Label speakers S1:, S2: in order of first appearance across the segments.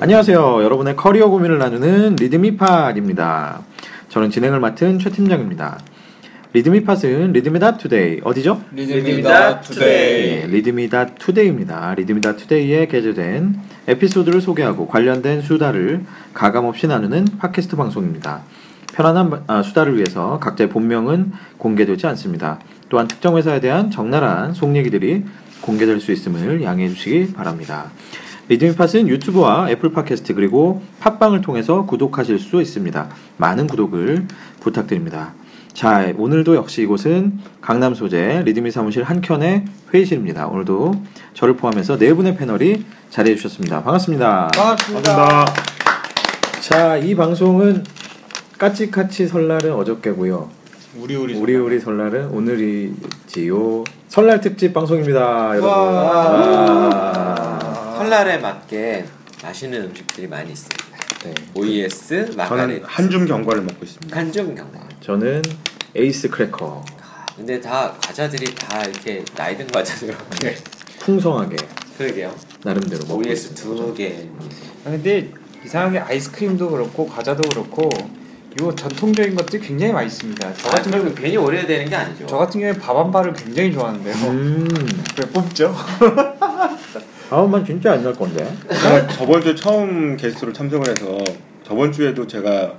S1: 안녕하세요. 여러분의 커리어 고민을 나누는 리드미팟입니다. 저는 진행을 맡은 최 팀장입니다. 리드미팟은 리드미다 투데이 어디죠?
S2: 리듬이다
S1: 네,
S2: 투데이.
S1: 리드미다 투데이입니다. 리드미다 투데이에 게재된 에피소드를 소개하고 관련된 수다를 가감 없이 나누는 팟캐스트 방송입니다. 편안한 바- 아, 수다를 위해서 각자의 본명은 공개되지 않습니다. 또한 특정 회사에 대한 적나라한 속 얘기들이 공개될 수 있음을 양해해 주시기 바랍니다. 리드미팟은 유튜브와 애플 팟캐스트 그리고 팟빵을 통해서 구독하실 수 있습니다. 많은 구독을 부탁드립니다. 자, 오늘도 역시 이곳은 강남 소재 리드미 사무실 한켠의 회의실입니다. 오늘도 저를 포함해서 네 분의 패널이 자리해 주셨습니다. 반갑습니다.
S2: 반갑습니다.
S1: 자, 이 방송은 까치까치 설날은 어저께고요.
S2: 우리 우리
S1: 우리 우리 설날은 오늘이지요. 설날 특집 방송입니다, 여러분. 아. 와.
S3: 아. 설날에 맞게 맛있는 음식들이 많이 있습니다.
S1: 네.
S3: OES,
S2: 저는
S3: 마가렛,
S2: 한줌 경과를 먹고 있습니다.
S3: 한종 경과.
S1: 저는 에이스 크래커.
S3: 아, 근데 다 과자들이 다 이렇게 나이든 과자들.
S1: 풍성하게
S3: 그러게요.
S1: 나름대로 먹고
S3: OES
S1: 있습니다.
S3: 두 개.
S4: 아, 근데 이상하게 아이스크림도 그렇고 과자도 그렇고 요 전통적인 것들이 굉장히 맛있습니다. 저
S1: 아,
S3: 저 같은
S4: 같은 경우
S3: 경우는 괜히 오래되는 게 아니죠.
S4: 저 같은 경우에 밥 한 발을 굉장히 좋아하는데요.
S1: 음.
S4: 왜 뽑죠?
S1: 다음만 진짜 안 날 건데.
S2: 제가 저번 주 처음 게스트로 참석을 해서 저번 주에도 제가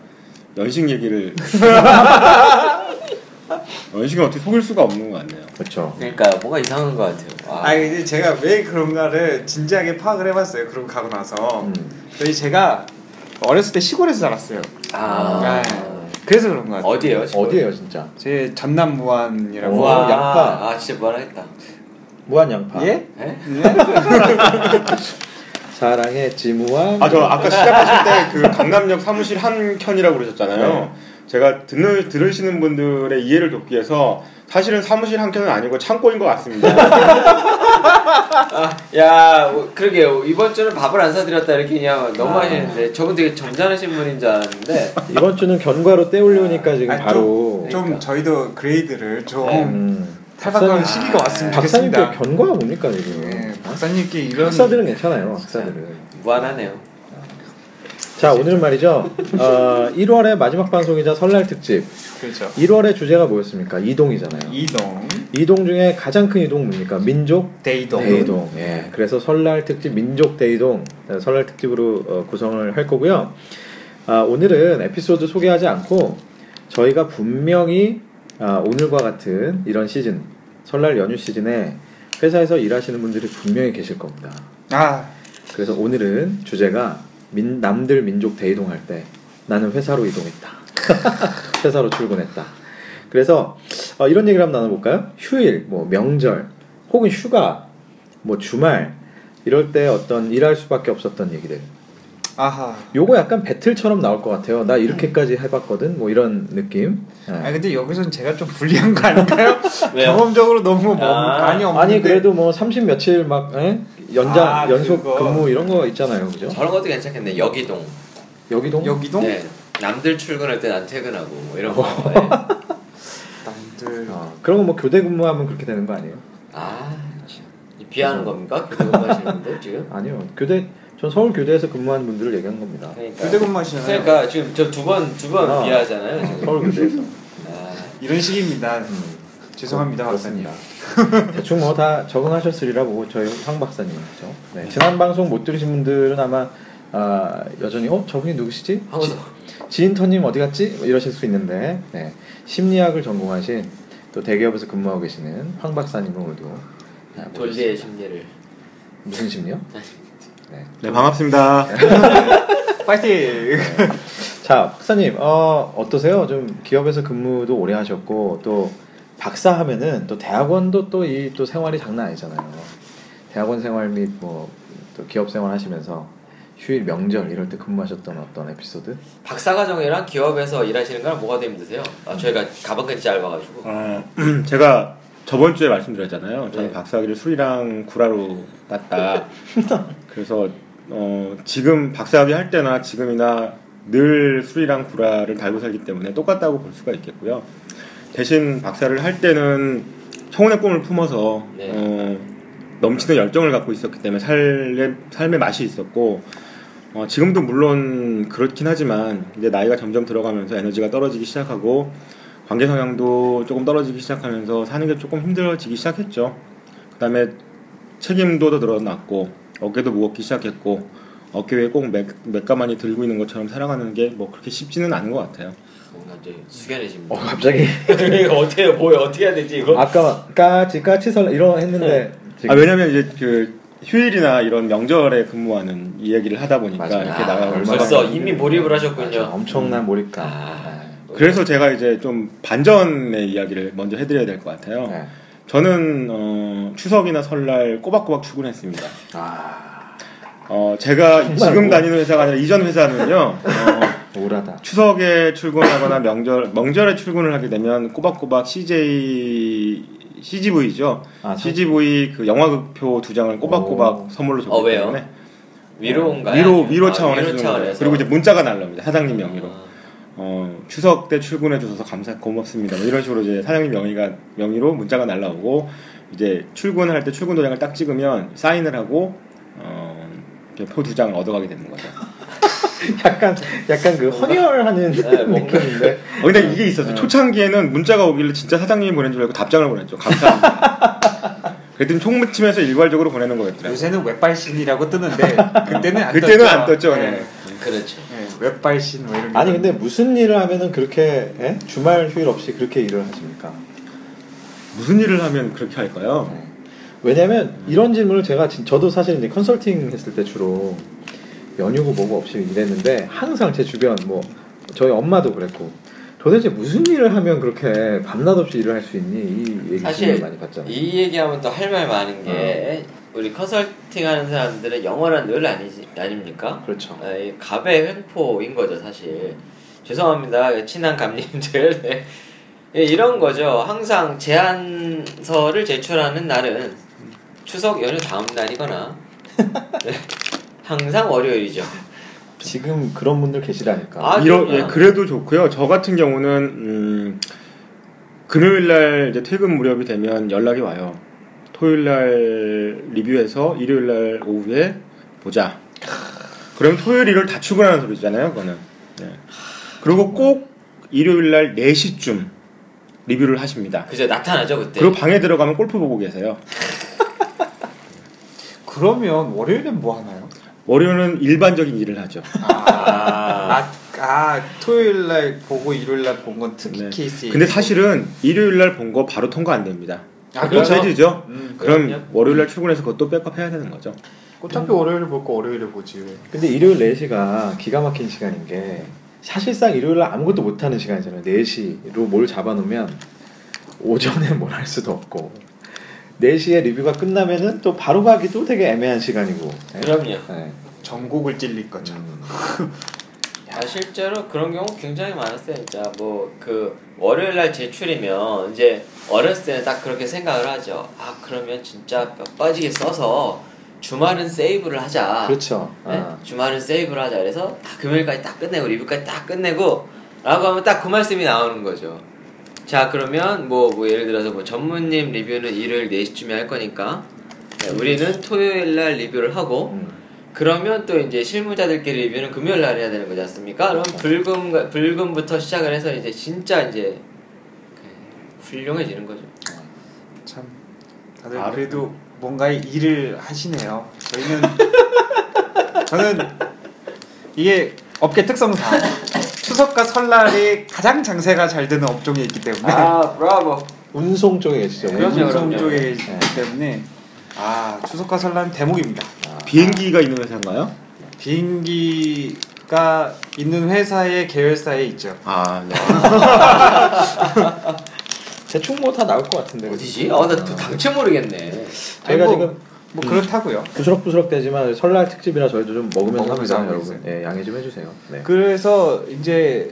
S2: 연식 얘기를 연식이 어떻게 속일 수가 없는 것 같네요.
S1: 그렇죠.
S3: 그러니까 뭔가 이상한 것 같아요. 와.
S4: 아니 근데 제가 왜 그런가를 진지하게 파악을 해봤어요. 그러고 가고 나서
S1: 음.
S4: 저희 제가 어렸을 때 시골에서 자랐어요.
S3: 아.
S4: 네. 그래서 그런 것 같아요.
S3: 어디예요? 지금?
S1: 어디예요, 진짜?
S4: 제 전남 무안이라고.
S1: 우와.
S3: 우와.
S1: 양파.
S3: 아 진짜 뭐라했다.
S1: 무한 양파.
S4: 예?
S3: 예?
S1: 사랑의 지무한.
S2: 아 저 아까 시작하실 때 그 강남역 사무실 한 켠이라고 그러셨잖아요. 제가 듣는 들으시는 분들의 이해를 돕기 위해서 사실은 사무실 한 켠은 아니고 창고인 것 같습니다.
S3: 야, 뭐, 그러게요. 이번 주는 밥을 안 사드렸다 이렇게 그냥 너무 하시는데 저분 되게 점잖으신 분인 줄 알았는데
S1: 이번 주는 견과로 떼올려니까 지금
S4: 아니, 좀-
S1: 바로.
S4: 좀
S3: 그러니까.
S4: 저희도 그레이드를 좀
S3: 네.
S1: 음.
S4: 탈바꿈
S1: 박사님-
S4: 시기가 왔으면
S1: 박사님께
S4: 좋겠습니다.
S1: 견과가 뭡니까 지금?
S4: 예, 박사님께 이런
S1: 박사들은 괜찮아요. 박사들은.
S3: 무한하네요.
S1: 자 오늘은 말이죠. 어, 1월의 마지막 방송이자 설날 특집.
S4: 그렇죠.
S1: 1월의 주제가 뭐였습니까? 이동이잖아요.
S4: 이동
S1: 이동 중에 가장 큰 이동 뭡니까? 민족
S4: 데이동.
S1: 대이동. 예. 그래서 설날 특집 민족 대이동 어, 설날 특집으로 어, 구성을 할 거고요. 아, 오늘은 에피소드 소개하지 않고 저희가 분명히 아, 오늘과 같은 이런 시즌 설날 연휴 시즌에 회사에서 일하시는 분들이 분명히 계실 겁니다.
S4: 아
S1: 그래서 오늘은 주제가 민- 남들 민족 대이동할 때 나는 회사로 이동했다. 회사로 출근했다. 그래서 어, 이런 얘기를 한번 나눠볼까요? 휴일, 뭐 명절, 혹은 휴가, 뭐 주말 이럴 때 어떤 일할 수밖에 없었던 얘기들.
S4: 아하.
S1: 요거 약간 배틀처럼 나올 것 같아요. 나 이렇게까지 해봤거든. 뭐 이런 느낌. 예.
S4: 아 근데 여기선 제가 좀 불리한 거 아닌가요?
S3: 왜요?
S4: 경험적으로 너무 뭐
S3: 아,
S4: 많이 없는데.
S1: 아니 그래도 뭐 30 며칠 막 예? 연장
S4: 아,
S1: 연속
S4: 그거.
S1: 근무 이런 거 있잖아요, 그죠?
S3: 저런 것도 괜찮겠네. 여기동.
S1: 여기동
S4: 여기동
S3: 네. 남들 출근할 때 난 퇴근하고 뭐 이런
S2: 어.
S3: 거. 네.
S4: 남들
S1: 어, 그런 거 뭐 교대 근무하면 그렇게 되는 거 아니에요?
S3: 아, 참. 이 비하는 겁니까? 교통하시는데 지금?
S1: 아니요 교대 전 서울 교대에서 근무하는 분들을 얘기한 겁니다
S3: 그러니까.
S4: 휴대폰만이잖아요.
S3: 그러니까 지금 저 두 번 두 번
S2: 어.
S1: 아.
S3: 비하잖아요. 지금.
S1: 서울 교대에서
S3: 아,
S4: 이런 식입니다. 죄송합니다
S1: 어,
S4: 박사님.
S1: 대충 뭐 다 적응하셨으리라고 저희 황 박사님 그죠 네, 지난 방송 못 들으신 분들은 아마 아, 여전히 어 저분이 누구시지
S3: 항상.
S2: 네,
S1: 지인터님 어디 갔지 뭐 이러실 수 있는데 네, 심리학을 전공하신 또 대기업에서 근무하고 계시는 황 박사님은 오늘도 아,
S2: 뭐
S3: 돌리의 심리를.
S1: 무슨 심리요? 네.
S2: 네 반갑습니다.
S4: 파이팅.
S1: 자 박사님 어, 어떠세요? 좀 기업에서 근무도 오래 하셨고 또 박사 하면은 또 대학원도 또 이 또 생활이 장난 아니잖아요. 대학원 생활 및 뭐 또 기업 생활 하시면서 휴일 명절 이럴 때 근무하셨던 어떤 에피소드?
S3: 박사과정이랑 기업에서 일하시는 거랑 뭐가 더 힘드세요? 아, 저희가 가방끈이 짧아가지고.
S2: 어, 제가 저번 주에 말씀드렸잖아요. 저는
S3: 네.
S2: 박사학위를 술이랑 구라로 땄다. 그래서 어, 지금 박사학위 할 때나 지금이나 늘 술이랑 구라를 달고 살기 때문에 똑같다고 볼 수가 있겠고요. 대신 박사를 할 때는 청혼의 꿈을 품어서
S3: 네.
S2: 어, 넘치는 열정을 갖고 있었기 때문에 삶의, 삶의 맛이 있었고 어, 지금도 물론 그렇긴 하지만 이제 나이가 점점 들어가면서 에너지가 떨어지기 시작하고 관계 성향도 조금 떨어지기 시작하면서 사는 게 조금 힘들어지기 시작했죠. 그다음에 책임도 더 늘어났고 어깨도 무겁기 시작했고 어깨 위에 꼭 맥, 맥가만이 들고 있는 것처럼 살아가는 게 뭐 그렇게 쉽지는 않은 것 같아요.
S3: 뭔가 이제 숙연해집니다.
S1: 어 갑자기
S3: 이거 어떻게 뭐야 어떻게 해야 되지 이거?
S1: 아까까지 까치설 이런 했는데 지금
S2: 아 왜냐면 이제 그 휴일이나 이런 명절에 근무하는 이야기를 하다 보니까
S1: 맞아요.
S2: 이렇게
S1: 아,
S2: 나가
S1: 얼마나
S3: 벌써
S1: 많이
S3: 이미 몰입을 하셨군요.
S1: 맞아,
S2: 어.
S1: 엄청난 몰입감.
S3: 아.
S2: 그래서 제가 이제 좀 반전의 이야기를 먼저 해드려야 될 것 같아요.
S1: 네. 네.
S2: 저는 어, 추석이나 설날 꼬박꼬박 출근했습니다.
S1: 아
S2: 어, 제가
S1: 정말
S2: 지금
S1: 뭐야?
S2: 다니는 회사가 아니라 이전 회사는요. 어,
S1: 우울하다.
S2: 추석에 출근하거나 명절 명절에 출근을 하게 되면 꼬박꼬박 CJ CGV죠.
S1: 아,
S2: CGV 그 영화극표 두 장을 꼬박꼬박
S1: 오.
S2: 선물로
S3: 어,
S2: 줬기
S3: 왜요?
S2: 때문에
S3: 위로인가요?
S2: 위로
S3: 아니면-
S2: 위로
S3: 아,
S2: 차원에서
S3: 위로
S2: 주는
S3: 차원에서.
S2: 거예요. 그리고 이제 문자가 날라옵니다. 사장님 명의로.
S3: 아.
S2: 어, 추석 때 출근해 주셔서 감사 고맙습니다. 뭐 이런 식으로 이제 사장님 명의가 명의로 문자가 날라오고 이제 출근할 때 출근 도장을 딱 찍으면 사인을 하고 어, 표 두 장을 얻어가게 되는 거죠.
S1: 약간 약간 그 헌혈하는
S3: 네, 뭔가-
S1: 느낌인데.
S2: 어, 근데 이게
S3: 음.
S2: 있었어요. 초창기에는 문자가 오길래 진짜 사장님이 보낸 줄 알고 답장을 보냈죠. 감사합니다. 그랬더니 총무팀에서 일괄적으로 보내는 거였더라고요.
S4: 요새는 웹발신이라고 뜨는데 그때는 안
S2: 그때는
S4: 떴죠.
S2: 안 떴죠.
S4: 예.
S2: 네.
S3: 그렇죠.
S4: 예, 웹발신 뭐 이런. 게.
S1: 아니 근데 무슨 일을 하면은 그렇게 예? 주말 휴일 없이 그렇게 일을 하십니까?
S2: 무슨 일을 하면 그렇게 할까요?
S1: 왜냐면 이런 질문을 제가 진- 저도 사실 이제 컨설팅 했을 때 주로 연휴고 뭐고 없이 일했는데 항상 제 주변 뭐 저희 엄마도 그랬고 도대체 무슨 일을 하면 그렇게 밤낮 없이 일을 할 수 있니 이 얘기
S3: 사실
S1: 질문 많이 받잖아요. 음.
S3: 이 얘기하면 또 할 말 많은 게 우리 컨설팅하는 사람들은 영원한 늘 아니지 아닙니까?
S1: 그렇죠.
S3: 아, 이 갑의 횡포인 거죠 사실. 죄송합니다 그 친한 감님들. 네. 예, 이런 거죠. 항상 제안서를 제출하는 날은 추석 연휴 다음 날이거나 네. 항상 월요일이죠.
S1: 지금 그런 분들 계시다니까.
S3: 아,
S2: 이러,
S3: 그렇구나.
S2: 예, 그래도 좋고요. 저 같은 경우는 음, 금요일 날 이제 퇴근 무렵이 되면 연락이 와요. 토요일 날 리뷰해서 일요일 날 오후에 보자. 그럼 토요일 일요일 다 출근하는 소리잖아요, 그거는. 네. 그리고 꼭 일요일 날 4시쯤 리뷰를 하십니다.
S3: 그죠 나타나죠 그때.
S2: 그리고 방에 들어가면 골프 보고 계세요.
S4: 그러면 월요일엔 뭐 하나요?
S2: 월요일은 일반적인 일을 하죠.
S3: 아.
S4: 아, 아 토요일 날 보고 일요일 날 본 건 특이
S2: 네.
S4: 케이스.
S2: 근데 사실은 일요일 날 본 거 바로 통과 안 됩니다.
S4: 아,
S2: 또
S4: 그렇죠.
S2: 체지죠.
S4: 음,
S3: 그럼요.
S2: 그럼 월요일 날 출근해서 그것도 백업해야 되는 거죠.
S4: 어차피 월요일 볼 거 월요일에 보지. 왜.
S1: 근데 일요일 4시가 기가 막힌 시간인 게 사실상 일요일 날 아무것도 못 하는 시간이잖아요. 4시로 뭘 잡아 놓으면 오전에 뭘 할 수도 없고 4시에 리뷰가 끝나면은 또 바로 가기도 되게 애매한 시간이고. 네.
S3: 그럼요.
S1: 네.
S4: 전곡을 찔릴 거죠.
S1: 음.
S3: 아 실제로 그런 경우 굉장히 많았어요 진짜 뭐 그 월요일 날 제출이면 이제 어렸을 때는 딱 그렇게 생각을 하죠 아 그러면 진짜 뼈 빠지게 써서 주말은 세이브를 하자
S1: 그렇죠.
S3: 네?
S1: 아.
S3: 주말은 세이브를 하자 그래서 다 금요일까지 딱 끝내고 리뷰까지 딱 끝내고 라고 하면 딱 그 말씀이 나오는 거죠 자 그러면 뭐, 뭐 예를 들어서 뭐 전무님 리뷰는 일요일 4시쯤에 할 거니까 네, 우리는 토요일 날 리뷰를 하고
S1: 음.
S3: 그러면 또 이제 실무자들끼리 리뷰는 금요일 날 해야 되는 거지 않습니까? 그럼 불금 불금부터 시작을 해서 이제 진짜 이제 그 훌륭해지는 거죠.
S4: 참 다들
S2: 아,
S4: 그래도 뭔가 일을 하시네요. 저희는 저는 이게 업계 특성상 추석과 설날이 가장 장세가 잘 되는 업종이 있기 때문에
S3: 브라보.
S1: 운송 쪽에 계시죠.
S3: 네, 아, 그럼요, 그럼요.
S4: 운송 쪽에
S1: 네.
S4: 있기 때문에 아 추석과 설날은 대목입니다.
S2: 비행기가 있는 회사인가요? 아,
S4: 비행기가 있는 회사의 계열사에 있죠.
S2: 아, 네.
S1: 대충 뭐 다 나올 것 같은데.
S3: 어디지? 아나 당체 모르겠네.
S1: 저희가
S4: 아니, 뭐,
S1: 지금
S4: 뭐 그렇다고요.
S1: 부스럭부스럭 되지만 설날 특집이라 저희도 좀 먹으면서
S4: 먹으면서
S1: 합니다,
S4: 하고
S1: 여러분. 예, 양해 좀 해주세요. 네.
S4: 그래서 이제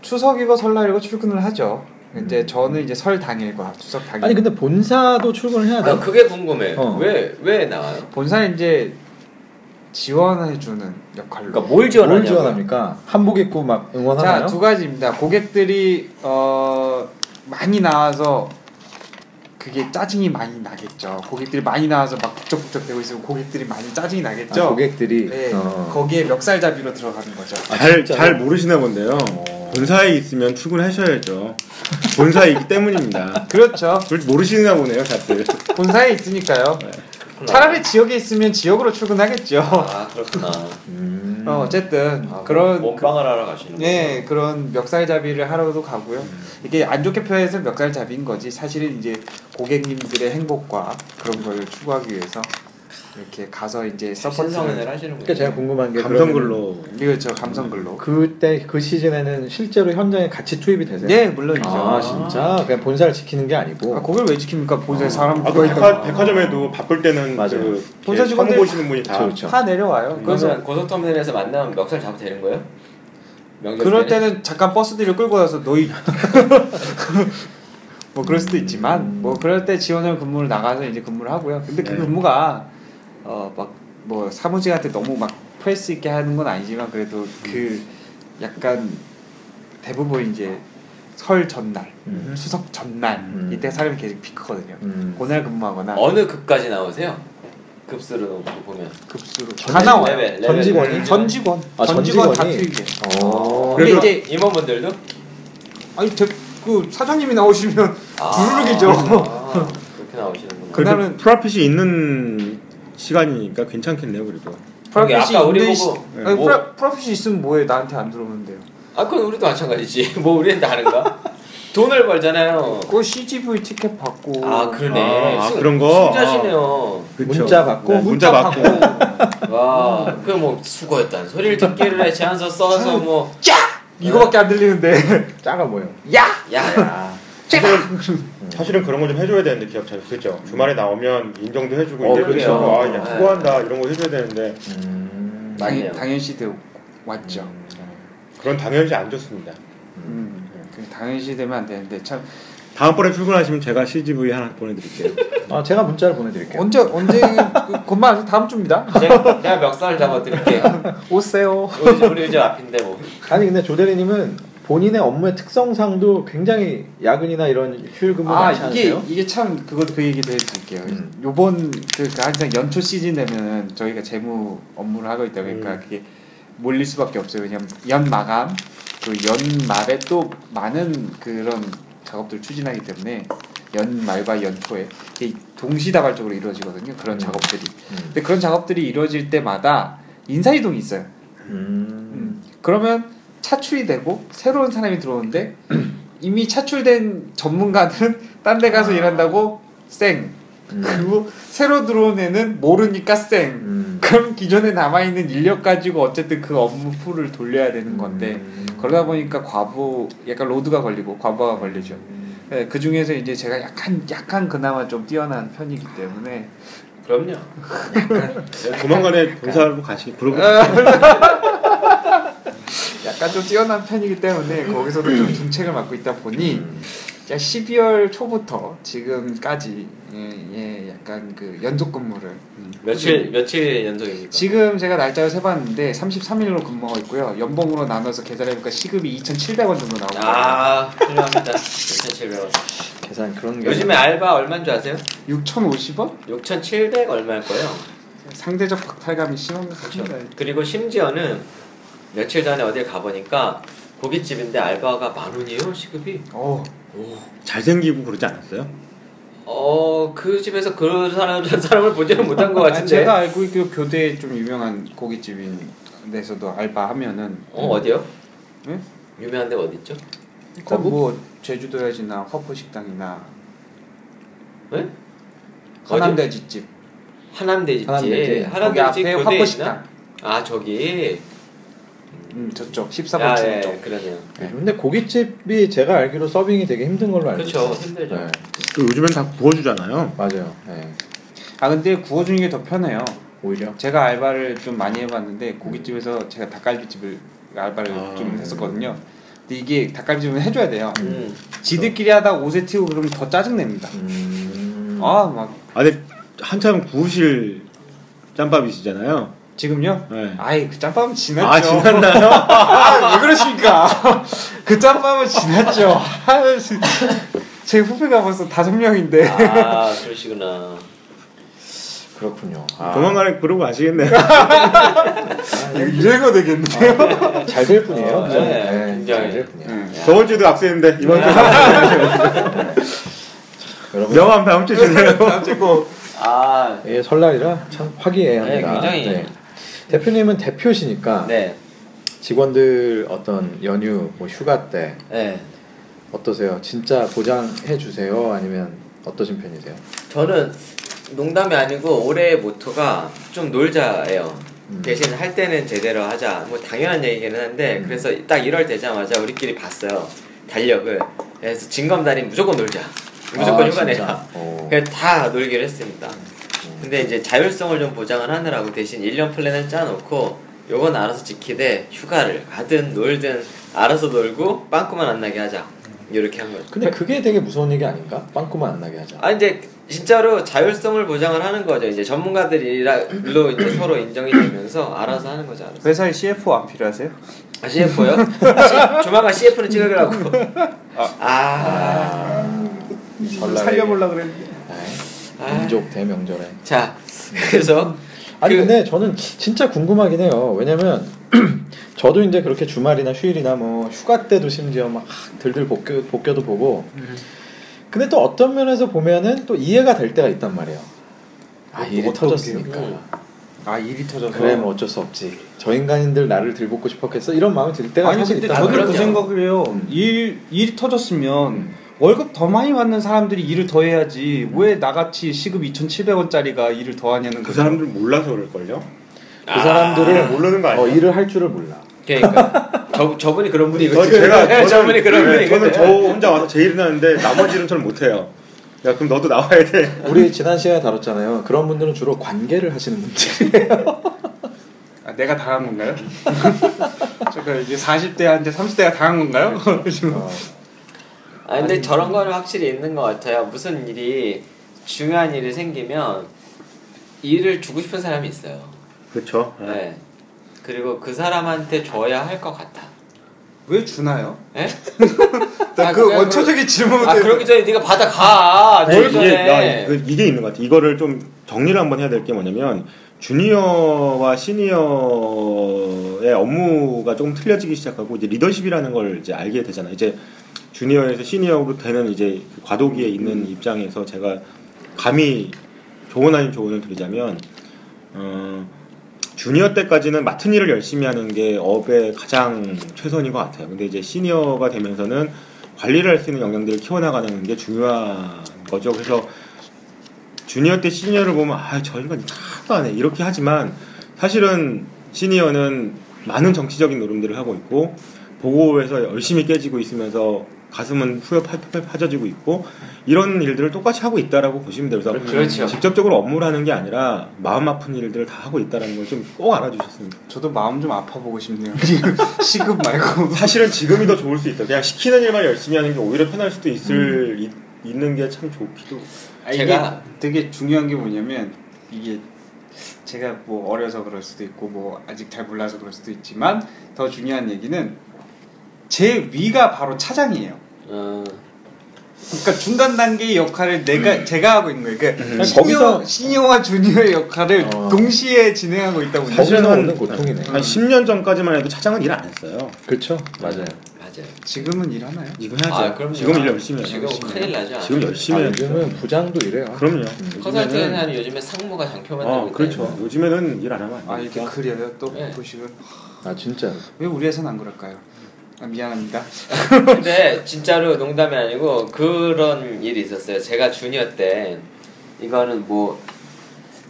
S4: 추석이고 설날이고 출근을 하죠. 이제 저는 이제 설 당일과 추석 당일.
S1: 음. 아니 근데 본사도 출근을 해야 돼.
S3: 나 아, 그게 궁금해.
S1: 어.
S3: 왜 왜 나와요?
S4: 본사 이제 지원해주는 역할로.
S3: 그러니까 뭘 지원하냐고.
S1: 뭘 지원합니까? 한복 입고 막뭐 응원하나요?
S4: 자두 가지입니다. 고객들이 어, 많이 나와서 그게 짜증이 많이 나겠죠. 고객들이 많이 나와서 막 북적북적대고 있으면 고객들이 많이 짜증이 나겠죠.
S1: 아, 고객들이
S4: 네,
S1: 어.
S4: 거기에 멱살잡이로 들어가는 거죠.
S2: 잘,
S1: 진짜요?
S2: 잘 모르시나 본데요. 본사에 있으면 출근하셔야죠. 본사이기 때문입니다.
S4: 그렇죠.
S2: 둘 모르시나 보네요, 다들.
S4: 본사에 있으니까요.
S1: 네,
S3: 그렇구나.
S4: 차라리 지역에 있으면 지역으로 출근하겠죠.
S3: 아 그렇구나.
S1: 음.
S4: 어, 어쨌든
S3: 아,
S4: 그런
S3: 몸빵을 하러 가시는 거예요.
S4: 예, 그런 멱살잡이를 하러도 가고요. 이게 안 좋게 표현해서 멱살잡이인 거지. 사실은 이제 고객님들의 행복과 그런 걸 추구하기 위해서 이렇게 가서 이제
S3: 아, 신성을
S4: 서포트를
S3: 하시는
S1: 그러니까
S3: 거예요.
S1: 제가 궁금한 게 그러면은
S2: 감성글로.
S4: 이거 저 감성글로.
S1: 그때 그 시즌에는 실제로 현장에 같이 투입이 되세요?
S4: 네, 물론이죠.
S1: 아 진짜 그냥 본사를 지키는 게 아니고
S4: 아, 고객을 왜 지킵니까? 본사 사람
S2: 아,
S4: 누가
S2: 그 백화,
S4: 있다고.
S2: 백화점에도 바쁠 때는
S1: 맞아요.
S2: 그
S4: 본사 직원들-
S2: 보시는 분이 다
S1: 그렇죠.
S4: 다 내려와요.
S3: 그래서
S4: 그래서
S3: 고속터미널에서 만나면 멱살 잡아 되는 거예요? 명절
S4: 그럴 때는 잠깐 버스 뒤를 끌고 가서 너희 뭐 그럴 수도 있지만 뭐 그럴 때 지원을 근무를 나가서 이제 근무를 하고요. 근데 그
S2: 네.
S4: 근무가 어 막 뭐 사무직한테 너무 막 프레스 있게 하는 건 아니지만 그래도 그 약간 대부분 이제 설 전날,
S1: 음.
S4: 추석 전날
S1: 음.
S4: 이때 사람이 계속 피크거든요.
S1: 음.
S4: 그날 근무하거나
S3: 어느 급까지 나오세요? 급수로 보면
S4: 급수로 다
S1: 전직
S4: 나와요.
S3: 레벨, 레벨.
S1: 전 직원이?
S4: 전그 직원,
S1: 아,
S4: 전 직원 다
S1: 전직원이?
S4: 투입이에요.
S1: 어.
S4: 근데
S3: 근데
S4: 이제
S3: 이제 임원분들도
S4: 아니 대, 그 사장님이 나오시면 두루룩이죠.
S3: 아, 그렇게 나오시는구나.
S4: 그-
S2: 그래도
S4: 그날은-
S2: 프라핏이 있는 시간이니까 괜찮겠네요, 그래도.
S3: 그러게,
S4: 프로핏이
S3: 아까 우리
S4: 있는
S3: 보고
S4: 시-
S2: 네,
S4: 아니,
S3: 뭐-
S4: 프라- 프로핏이 있으면 뭐해 나한테 안 들어오는데요.
S3: 아 그건 우리도 마찬가지지. 뭐 우리는 다른가? 돈을 벌잖아요.
S4: 그거 CGV 티켓 받고
S3: 아 그러네.
S2: 아,
S3: 순-
S2: 그런 거?
S3: 순자시네요.
S2: 그렇죠.
S1: 문자 받고?
S2: 문자 받고.
S3: 와, 그 뭐 수고했다는 소리를 듣기를 해 제안서 써서 뭐
S4: 이거밖에 안 들리는데
S1: 짜가 뭐예요?
S3: 음,
S4: 야
S3: 야.
S2: 사실은 그런 거 좀 해줘야 되는데 기업 자주 그죠 주말에 나오면 인정도 해주고
S1: 어,
S2: 이제
S1: 그렇죠.
S2: 아 야,
S3: 네.
S2: 수고한다 이런 거 해줘야 되는데
S1: 음.
S3: 맞네요. 음,
S4: 당연 당연시대 왔죠.
S2: 그런 당연시 안 좋습니다.
S4: 음, 그 당연시되면 안 되는데 참
S2: 다음번에 출근하시면 제가 CGV 하나 보내드릴게요.
S1: 아 제가 문자를 보내드릴게요.
S4: 언제 언제 그- 곧만 아세요? 다음 주입니다.
S3: 내가, 내가 멱살을 잡아드릴게요.
S4: 오세요.
S3: 우리 집- 우리 집 앞인데 뭐.
S1: 아니 근데 조 대리님은 본인의 업무의 특성상도 굉장히 야근이나 이런 휴일 근무
S4: 아
S1: 많지
S4: 이게
S1: 않으세요?
S4: 이게 참 그것도 그 얘기도 해드릴게요.
S1: 음.
S4: 요번 그러니까 항상 연초 시즌 되면은 저희가 재무 업무를 하고 있다 보니까
S2: 음.
S4: 그게 몰릴 수밖에 없어요. 왜냐면 연 마감 또 연말에 또 많은 그런 작업들을 추진하기 때문에 연말과 연초에 이게 동시다발적으로 이루어지거든요. 그런
S1: 음.
S4: 작업들이.
S1: 음.
S4: 근데 그런 작업들이 이루어질 때마다 인사 이동이 있어요.
S1: 음.
S4: 그러면 차출이 되고 새로운 사람이 들어오는데 이미 차출된 전문가들은 딴 데 가서
S1: 아.
S4: 일한다고 쌩
S1: 음.
S4: 그리고 새로 들어온 애는 모르니까 쌩
S1: 음.
S4: 그럼 기존에 남아있는 인력 가지고 어쨌든 그 업무 풀을 돌려야 되는
S2: 네.
S4: 건데
S1: 음.
S4: 그러다 보니까 과부 약간 로드가 걸리고 과부하가 걸리죠 네, 그 중에서 이제 제가 약간 약간 그나마 좀 뛰어난 편이기 때문에
S3: 그럼요.
S2: 조만간에 본사로 가시 그러고
S1: 아.
S4: 약간 좀 뛰어난 편이기 때문에 거기서도 좀 중책을 맡고 있다 보니 자, 12월 초부터 지금까지 예, 예, 약간 그 연속 근무를
S3: 며칠 며칠 연속입니까?
S4: 지금 제가 날짜를 세봤는데 33일로 근무하고 있고요 연봉으로 나눠서 계산해보니까 시급이 2,700원 정도 나오고 요
S3: 아 훌륭합니다. 6,700원.
S1: 계산 그런 게
S3: 요즘에 알바 얼마인 줄 아세요?
S4: 6,050원?
S3: 6,700 얼마일 거예요.
S4: 상대적 박탈감이 심한 것
S3: 그렇죠.
S4: 같습니다
S3: 그리고 심지어는 며칠 전에 어딜 가보니까 고깃집인데 알바가 만 원이에요 시급이.
S4: 어,
S2: 잘생기고 그러지 않았어요?
S3: 어그 집에서 그런 사람 그런 사람을 보지는 못한 것
S4: 아니,
S3: 같은데.
S4: 제가 알고 있기로 교대에 좀 유명한 고깃집인 데서도 알바하면은
S3: 어 어디요?
S4: 응?
S3: 유명한데 어디 있죠?
S4: 일단 뭐 제주도야지나 화포식당이나
S3: 응?
S4: 화남돼지집
S3: 하남대집지.
S1: 하남대지.
S4: 거기 앞에
S3: 교대에 있나?
S4: 화포식당
S3: 아 저기.
S4: 음, 저쪽
S3: 야,
S4: 14번 쪽
S3: 예,
S4: 쪽.
S3: 그러네요.
S1: 근데 고깃집이 제가 알기로 서빙이 되게 힘든 걸로 알고
S3: 그렇죠.
S1: 있어요.
S3: 힘들죠.
S1: 네,
S2: 또그 요즘엔 다 구워주잖아요.
S1: 맞아요. 네.
S4: 아 근데 구워주는 게 더 편해요.
S1: 오히려
S4: 제가 알바를 좀 많이 해봤는데 고깃집에서 제가 닭갈비집을 알바를
S2: 아,
S4: 좀
S2: 음.
S4: 했었거든요. 근데 이게 닭갈비집은 해줘야 돼요.
S3: 음.
S4: 지들끼리 하다 옷에 튀고 그러면 더 짜증 냅니다.
S1: 음.
S4: 아 막
S2: 아 근데 한참 구우실 짬밥이시잖아요.
S4: 지금요?
S2: 네.
S4: 아이 그 짬밥은 지났죠.
S2: 아 지났나요?
S4: 아, 왜 그러십니까? 그 짬밥은 지났죠. 아, 지- 제 후배가 벌써 다섯 명인데
S3: 아 그러시구나.
S1: 그렇군요. 아,
S2: 조만간에 그러고 아시겠네요.
S4: 이래가 되겠네요.
S1: 잘될 뿐이에요.
S3: 어,
S1: 그죠?
S3: 네, 굉장히.
S1: 잘될 뿐이에요.
S2: 저번 주도 악수했는데 이번 주
S1: 여러분
S2: 아. 명함 다음 주 주세요.
S4: 그리고
S3: 아
S1: 예, 설날이라 참 화기애애합니다.
S3: 네, 굉장히.
S1: 대표님은 대표시니까
S3: 네.
S1: 직원들 어떤 연휴, 뭐 휴가 때
S3: 네.
S1: 어떠세요? 진짜 보장해 주세요. 아니면 어떠신 편이세요?
S3: 저는 농담이 아니고 올해의 모토가 좀 놀자예요.
S1: 음.
S3: 대신 할 때는 제대로 하자. 뭐 당연한 얘기기는 한데
S1: 음.
S3: 그래서 딱 1월 되자마자 우리끼리 봤어요. 달력을. 그래서 진검다리 무조건 놀자. 무조건 네.
S1: 아,
S3: 휴가 내자.
S1: 진짜? 오.
S3: 그래서 다 놀기로 했습니다. 근데 이제 자율성을 좀 보장을 하느라고 대신 1년 플랜을 짜놓고 요건 알아서 지키되 휴가를 가든 놀든 알아서 놀고 빵꾸만 안 나게 하자. 이렇게 한 거죠.
S1: 근데 그게 되게 무서운 얘기 아닌가? 빵꾸만 안 나게 하자.
S3: 아 이제 진짜로 자율성을 보장을 하는 거죠. 이제 전문가들이로 이제 서로 인정이 되면서 알아서 하는 거죠. 알아서.
S4: 회사에 CFO 안 필요하세요?
S3: 아 CF요? 조만간 CF는 찍으려고. 아. 음,
S1: 설날에. 네,
S4: 살려보려고 그랬는데.
S3: 아.
S1: 민족 대명절에.
S3: 자 그래서
S1: 아니
S3: 그-
S1: 근데 저는 진짜 궁금하긴 해요. 왜냐면 저도 이제 그렇게 주말이나 휴일이나 뭐 휴가 때도 심지어 막 들들 볶여, 볶여도 보고 근데 또 어떤 면에서 보면은 또 이해가 될 때가 있단 말이에요. 아
S4: 어떤
S1: 일이
S4: 게요?
S1: 터졌으니까
S3: 음.
S4: 아 일이 터져서.
S1: 그래 뭐 어쩔 수 없지. 저 인간인들 나를 들볶고 싶었겠어 이런 마음이 들 때가
S4: 아니
S1: 사실
S4: 근데
S1: 있단
S3: 저도
S4: 저는
S1: 말이에요.
S4: 그
S3: 그럼요.
S4: 생각을 해요. 일 일이 터졌으면 월급 더 많이 받는 사람들이 일을 더 해야지 왜 나같이 시급 2,700원짜리가 일을 더 하냐는
S2: 그
S4: 거죠.
S2: 사람들 몰라서 그럴걸요?
S1: 그 사람들은
S2: 모르는 거 아니에요?
S1: 어, 일을 할 줄을 몰라.
S3: 그러니까 저 저분이 그런 분이거든요.
S2: 저- 제가
S3: 저분이 그런
S2: 네, 저는
S3: 분이거든요.
S2: 저 혼자 와서 제 일은 하는데 나머지는 저는 못해요. 야 그럼 너도 나와야 돼.
S1: 우리 지난 시간에 다뤘잖아요. 그런 분들은 주로 관계를 하시는 분들.
S4: 아, 내가 당한 건가요? 제가 이제 40대한테 30대가 당한 건가요? 지금.
S1: 어,
S3: 아 근데 저런 거는 확실히 있는 것 같아요. 무슨 일이 중요한 일이 생기면 일을 주고 싶은 사람이 있어요.
S2: 그렇죠.
S3: 네. 그리고 그 사람한테 줘야 할 것 같아.
S4: 왜 주나요?
S3: 예? 아,
S4: 나그
S3: 그냥
S4: 원초적인 질문을
S3: 아 그러기 전에 네가 받아가. 네.
S2: 아니,
S3: 놀
S2: 이게,
S3: 전에.
S2: 나, 그, 이게 있는 것 같아. 이거를 좀 정리를 한번 해야 될 게 뭐냐면 주니어와 시니어의 업무가 조금 틀려지기 시작하고 이제 리더십이라는 걸 이제 알게 되잖아. 요 이제 주니어에서 시니어로 되는 이제 그 과도기에 있는 입장에서 제가 감히 조언 아닌 조언을 드리자면 어, 주니어 때까지는 맡은 일을 열심히 하는 게 업의 가장 최선인 것 같아요. 근데 이제 시니어가 되면서는 관리를 할 수 있는 역량들을 키워나가는 게 중요한 거죠. 그래서 주니어 때 시니어를 보면 아, 저 인간 하나도 안 해. 이렇게 하지만 사실은 시니어는 많은 정치적인 노름들을 하고 있고 보고에서 열심히 깨지고 있으면서 가슴은 후에 팔팔 파져지고 있고 이런 일들을 똑같이 하고 있다라고 보시면 돼요. 그래서
S3: 그렇죠.
S2: 직접적으로 업무를 하는 게 아니라 마음 아픈 일들을 다 하고 있다는 걸 좀 꼭 알아주셨으면 좋겠어요.
S4: 저도 마음 좀 아파보고 싶네요. 지금 시급 말고.
S2: 사실은 지금이 더 좋을 수 있어요. 그냥 시키는 일만 열심히 하는 게 오히려 편할 수도 있을
S1: 음.
S2: 이- 있는 게 참 좋기도.
S4: 아,
S3: 제가-
S4: 이게 되게 중요한 게 뭐냐면 이게 제가 뭐 어려서 그럴 수도 있고 뭐 아직 잘 몰라서 그럴 수도 있지만 더 중요한 얘기는 제 위가 바로 차장이에요.
S3: 어,
S4: 그러니까 중간 단계의 역할을 내가 제가 하고 있는 거예요. 그러니까
S1: 음.
S4: 시니어,
S1: 거기서-
S4: 시니어와 주니어의 역할을
S1: 어.
S4: 동시에 진행하고 있다고
S1: 사실-
S4: 사실
S1: 거기서
S2: 한-
S1: 오는 고통이네.
S2: 한 10년 전까지만 해도 차장은 일 안 했어요.
S1: 그렇죠. 맞아요.
S3: 맞아요.
S4: 지금은 일하나요?
S2: 지금 해야죠.
S3: 아, 그럼요.
S2: 지금 일 열심히 해요.
S3: 지금 큰일 나죠. 아주.
S2: 지금 열심히
S1: 아,
S2: 해요.
S1: 요즘은 음. 부장도 이래요.
S2: 그럼요.
S3: 컨설팅은
S2: 요즘에는-
S3: 한 요즘에 상무가 장표만
S2: 어,
S3: 납니다.
S2: 그렇죠. 요즘에는 일 안 하면
S4: 아
S2: 안
S4: 이렇게
S2: 되니까.
S4: 그려요 또
S3: 네.
S4: 보시면
S1: 아 진짜.
S4: 왜 우리 회사는 안 그럴까요? 아, 미안합니다.
S3: 근데 진짜로 농담이 아니고 그런 일이 있었어요. 제가 주니어 때 이거는 뭐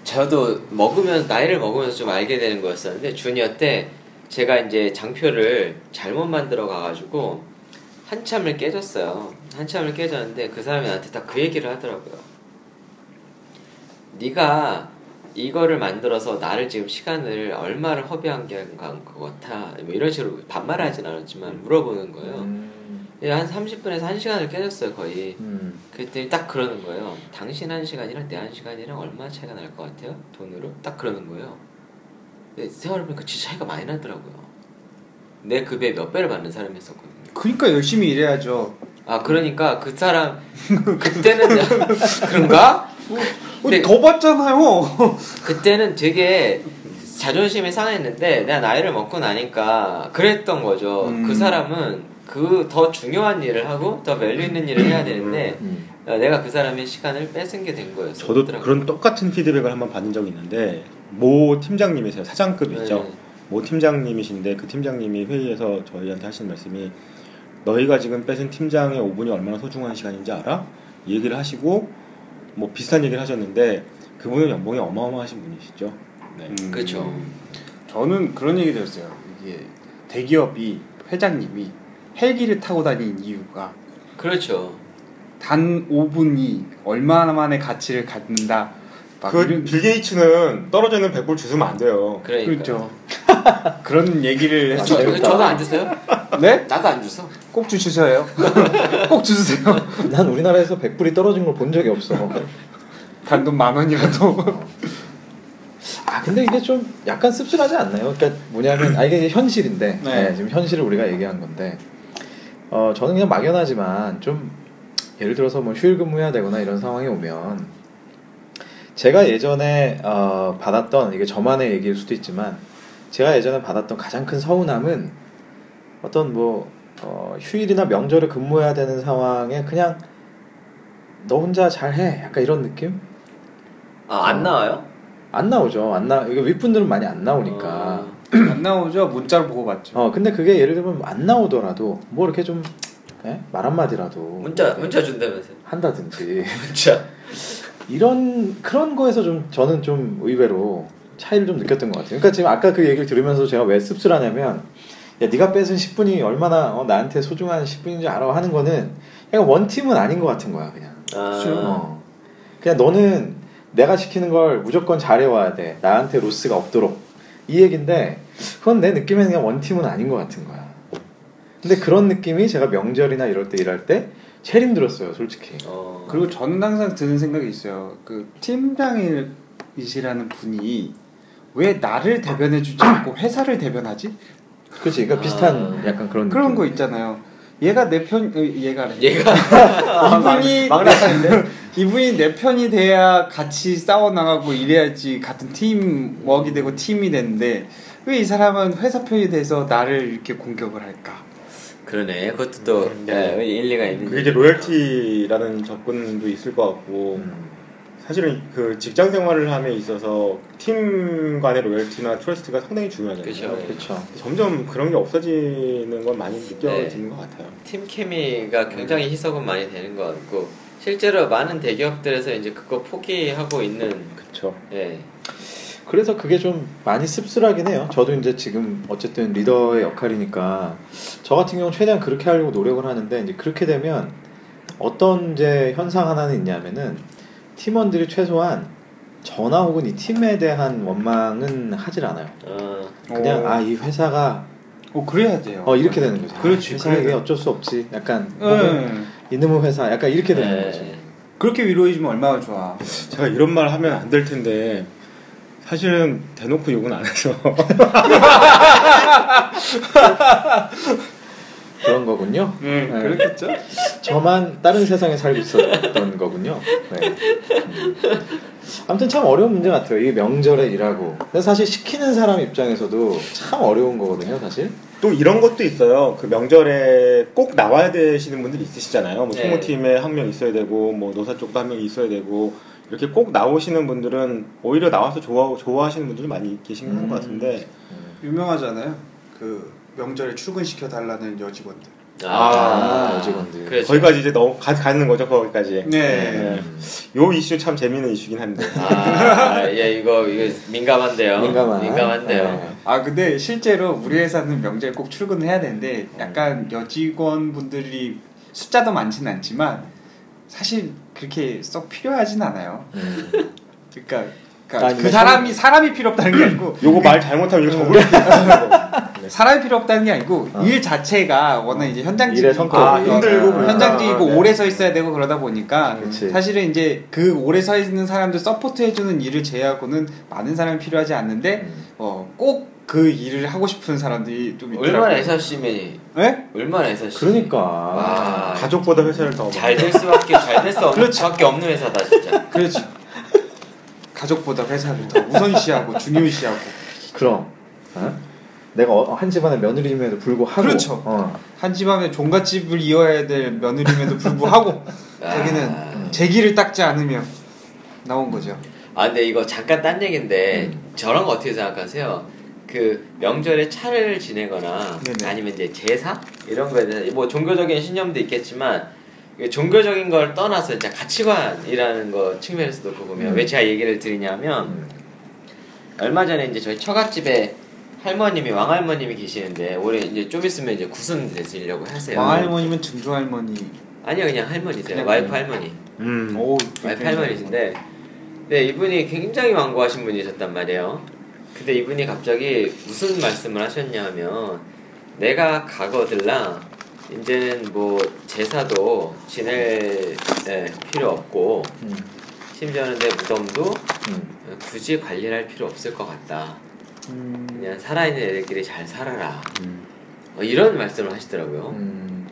S3: 저도 먹으면서 나이를 먹으면서 좀 알게 되는 거였었는데 주니어 때 제가 이제 장표를 잘못 만들어 가가지고 한참을 깨졌어요. 한참을 깨졌는데 그 사람이 나한테 딱 그 얘기를 하더라고요. 네가 이거를 만들어서 나를 지금 시간을 얼마를 허비한 게 한 것 같아. 뭐 이런 식으로 반말하진 않았지만 물어보는 거예요.
S1: 음.
S3: 예, 한 30분에서 1시간을 깨졌어요 거의
S1: 음.
S3: 그랬더니 딱 그러는 거예요 당신 1시간이랑 내 1시간이랑 얼마나 차이가 날 것 같아요? 돈으로? 딱 그러는 거예요 근데 생각해보니까 진짜 차이가 많이 나더라고요 내 급여의 몇 배를 받는 사람이었었거든요
S4: 그러니까 열심히 일해야죠.
S3: 아 그러니까 그 사람 그때는 그런가? 근데
S4: 어, 더 봤잖아요.
S3: 그때는 되게 자존심이 상했는데 내가 나이를 먹고 나니까 그랬던 거죠.
S4: 음.
S3: 그 사람은 그 더 중요한 일을 하고 더 밸류 있는 일을 해야 되는데
S1: 음.
S3: 어, 내가 그 사람의 시간을 뺏은 게 된 거였어요.
S2: 저도 그런 똑같은 피드백을 한번 받은 적이 있는데 모 팀장님이세요
S3: 네.
S2: 사장급이죠 모 팀장님이신데 그 팀장님이 회의에서 저희한테 하신 말씀이 너희가 지금 뺏은 팀장의 5분이 얼마나 소중한 시간인지 알아? 이 얘기를 하시고 뭐 비슷한 얘기를 하셨는데 그분은 연봉이 어마어마하신 분이시죠 네.
S3: 그쵸.
S4: 저는 그런 얘기 들었어요. 이게 대기업이 회장님이 헬기를 타고 다니는 이유가
S3: 그렇죠.
S4: 단 5분이 얼마만의 가치를 갖는다. 막
S2: 그
S4: 아, 이런-
S2: 빌게이츠는 떨어지는 백불 주스면 안 돼요
S3: 그러니까.
S4: 그렇죠. 그런 얘기를
S3: 저,
S4: 해서
S1: 어렵다.
S3: 도안 주세요.
S4: 네?
S3: 나도 안 주서.
S4: 꼭 주셔요. 꼭 주세요.
S1: 난 우리나라에서 백불이 떨어진 걸 본 적이 없어.
S4: 단돈 만 원이라도.
S1: 아 근데 이게 좀 약간 씁쓸하지 않나요? 그러니까 뭐냐면 아 이게 현실인데
S4: 네.
S1: 네, 지금 현실을 우리가 얘기한 건데 어 저는 그냥 막연하지만 좀 예를 들어서 뭐 휴일 근무해야 되거나 이런 상황이 오면 제가 예전에 어, 받았던 이게 저만의 얘기일 수도 있지만 제가 예전에 받았던 가장 큰 서운함은 어떤 뭐 어, 휴일이나 명절에 근무해야 되는 상황에 그냥 너 혼자 잘해 약간 이런 느낌?
S3: 아, 안 나와요?
S1: 안 나오죠. 안 나. 이거 윗분들은 많이 안 나오니까.
S3: 어.
S4: 안 나오죠? 문자로 보고 봤죠.
S1: 어, 근데 그게 예를 들면 안 나오더라도 뭐 이렇게 좀 예? 말 한마디라도
S3: 문자
S1: 이렇게
S3: 문자 준다면서.
S1: 한다든지
S3: 문자.
S1: 이런 그런 거에서 좀 저는 좀 의외로 차이를 좀 느꼈던 것 같아요. 그러니까 지금 아까 그 얘기를 들으면서 제가 왜 씁쓸하냐면 야 네가 뺏은 10분이 얼마나 어, 나한테 소중한 10분인지 알아 하는 거는 약간 원팀은 아닌 것 같은 거야 그냥.
S3: 아,
S1: 어. 그냥 너는 내가 시키는 걸 무조건 잘해와야 돼. 나한테 로스가 없도록. 이 얘긴데 그건 내 느낌에는 그냥 원팀은 아닌 것 같은 거야. 근데 그런 느낌이 제가 명절이나 이럴 때 일할 때 제일 힘들었어요, 솔직히.
S3: 어.
S4: 그리고 저는 항상 드는 생각이 있어요. 그 팀장이시라는 분이 왜 나를 대변해주지 않고 회사를 대변하지?
S1: 그렇지, 그러니까 비슷한
S3: 아.
S1: 약간 그런
S4: 그런
S1: 느낌.
S4: 거 있잖아요. 얘가 내 편, 어, 얘가
S3: 얘가
S1: 아,
S4: 이분이 막내사인데 이분이 내 편이 돼야 같이 싸워 나가고 이래야지 같은 팀 웍이 되고 팀이 되는데 왜 이 사람은 회사 편이 돼서 나를 이렇게 공격을 할까?
S3: 그러네. 그것도 또
S2: 음,
S3: 예,
S2: 네.
S3: 일리가 있는.
S2: 그게 이제 로열티라는 접근도 있을 것 같고
S1: 음.
S2: 사실은 그 직장 생활을 함에 있어서 팀 간의 로열티나 트러스트가 상당히 중요하잖아요.
S3: 그쵸.
S1: 그렇죠.
S2: 점점 그런 게 없어지는 건 많이 느껴지는
S3: 네.
S2: 것 같아요.
S3: 팀 케미가 굉장히
S1: 음.
S3: 희석은 많이 되는 것 같고 실제로 많은 대기업들에서 이제 그거 포기하고 있는
S2: 그렇죠.
S3: 예.
S1: 그래서 그게 좀 많이 씁쓸하긴 해요. 저도 이제 지금 어쨌든 리더의 역할이니까 저 같은 경우 는 최대한 그렇게 하려고 노력을 하는데 이제 그렇게 되면 어떤 이제 현상 하나는 있냐면은 팀원들이 최소한 저나 혹은 이 팀에 대한 원망은 하질 않아요.
S3: 어,
S1: 그냥
S4: 어,
S1: 아 이 회사가
S4: 어, 그래야 돼요.
S1: 어 이렇게 되는 거죠.
S4: 그렇지,
S1: 회사 이게
S4: 그래야
S1: 어쩔 수 없지. 약간 뭐, 혹은
S4: 응. 네.
S1: 이놈의 회사 약간 이렇게 되는
S3: 예.
S1: 거죠.
S4: 예. 그렇게 위로해주면 얼마나 좋아.
S2: 제가 이런 말 하면 안 될 텐데 사실은 대놓고 욕은 안 해서
S1: 그런 거군요.
S4: 네,
S1: 네.
S4: 그렇겠죠.
S1: 저만 다른 세상에 살고 있었던 거군요. 네. 음. 아무튼 참 어려운 문제 같아요. 이 명절에 일하고. 근데 사실 시키는 사람 입장에서도 참 어려운 거거든요, 사실.
S2: 또 이런 것도 있어요. 그 명절에 꼭 나와야 되시는 분들 있으시잖아요. 뭐
S3: 네.
S2: 총무팀에 한 명 있어야 되고 뭐 노사 쪽도 한 명 있어야 되고 이렇게 꼭 나오시는 분들은 오히려 나와서 좋아 좋아하시는 분들이 많이 계신
S1: 음.
S2: 것 같은데
S4: 유명하잖아요. 그 명절에 출근 시켜 달라는 여직원들.
S1: 아, 직원들.
S3: 그렇죠.
S2: 거기까지 이제 넘 가, 가는 거죠 거기까지.
S4: 네.
S1: 음.
S2: 요 이슈 참 재미있는 이슈긴 한데.
S3: 아, 예, 이거 이거 민감한데요.
S1: 음. 민감한.
S3: 민감한데요.
S1: 네.
S4: 아 근데 실제로 우리 회사는 명절에 꼭 출근해야 되는데 약간 여직원 분들이 숫자도 많진 않지만 사실 그렇게 썩 필요하진 않아요.
S1: 음.
S4: 그러니까,
S1: 아니,
S4: 그러니까 그
S1: 왜
S4: 사람이 사람이 필요 없다는 게 아니고
S2: 요거 말 잘못하면 이거 정보를 네.
S4: 사람이 필요 없다는 게 아니고
S1: 어.
S4: 일 자체가 워낙 이제 현장직이고
S1: 일의 성격이.
S2: 아, 힘들고 그러니까.
S3: 아,
S4: 현장직이고
S2: 네.
S4: 오래 서 있어야 되고 그러다 보니까
S1: 그치.
S4: 사실은 이제 그 오래 서 있는 사람들 서포트 해주는 일을 제외하고는 많은 사람이 필요하지 않는데
S1: 음.
S4: 어, 꼭 그 일을 하고 싶은 사람들이 좀 있더라고요.
S3: 얼마나 애사심이
S4: 네?
S3: 얼마나 애사심.
S1: 그러니까
S3: 와.
S2: 가족보다 회사를 더
S3: 잘 될 수밖에 잘 될 수 없는
S1: 그렇죠.
S3: 수밖에 없는 회사다 진짜.
S4: 그렇지. 가족보다 회사를 더 우선시하고 중요시하고
S1: 그럼 어? 내가 어, 한 집안의 며느리임에도 불구하고
S4: 그렇죠.
S1: 어,
S4: 한 집안의 종갓집을 이어야 될 며느림에도 불구하고
S3: 아.
S4: 자기는 제기를 닦지 않으며 나온 거죠.
S3: 아 근데 이거 잠깐 딴 얘긴데
S4: 음.
S3: 저런 거 어떻게 생각하세요? 그 명절에 차를 지내거나
S4: 네네.
S3: 아니면 이제 제사 이런 거에 대해서 뭐 종교적인 신념도 있겠지만 이게 종교적인 걸 떠나서 진짜 가치관이라는 거 측면에서도 그거 보면
S1: 음.
S3: 왜 제가 얘기를 드리냐면
S1: 음.
S3: 얼마 전에 이제 저희 처갓집에 할머님이 왕할머님이 계시는데 올해 이제 좀 있으면 이제 구순 되시려고 하세요.
S4: 왕할머니면 증조할머니.
S3: 아니요 그냥 할머니세요.
S4: 그냥
S3: 와이프 할머니.
S2: 음.
S4: 오,
S3: 와이프 할머니신데 아, 네 이분이 굉장히 완고하신 분이셨단 말이에요 근데 이분이 갑자기 무슨 말씀을 하셨냐면 내가 가거들라 이제는 뭐 제사도 지낼 네, 필요 없고
S1: 음,
S3: 심지어는 내 무덤도
S1: 음.
S3: 굳이 관리할 필요 없을 것 같다
S4: 음,
S3: 그냥 살아있는 애들끼리 잘 살아라
S2: 음.
S3: 어, 이런 말씀을 하시더라고요
S1: 음.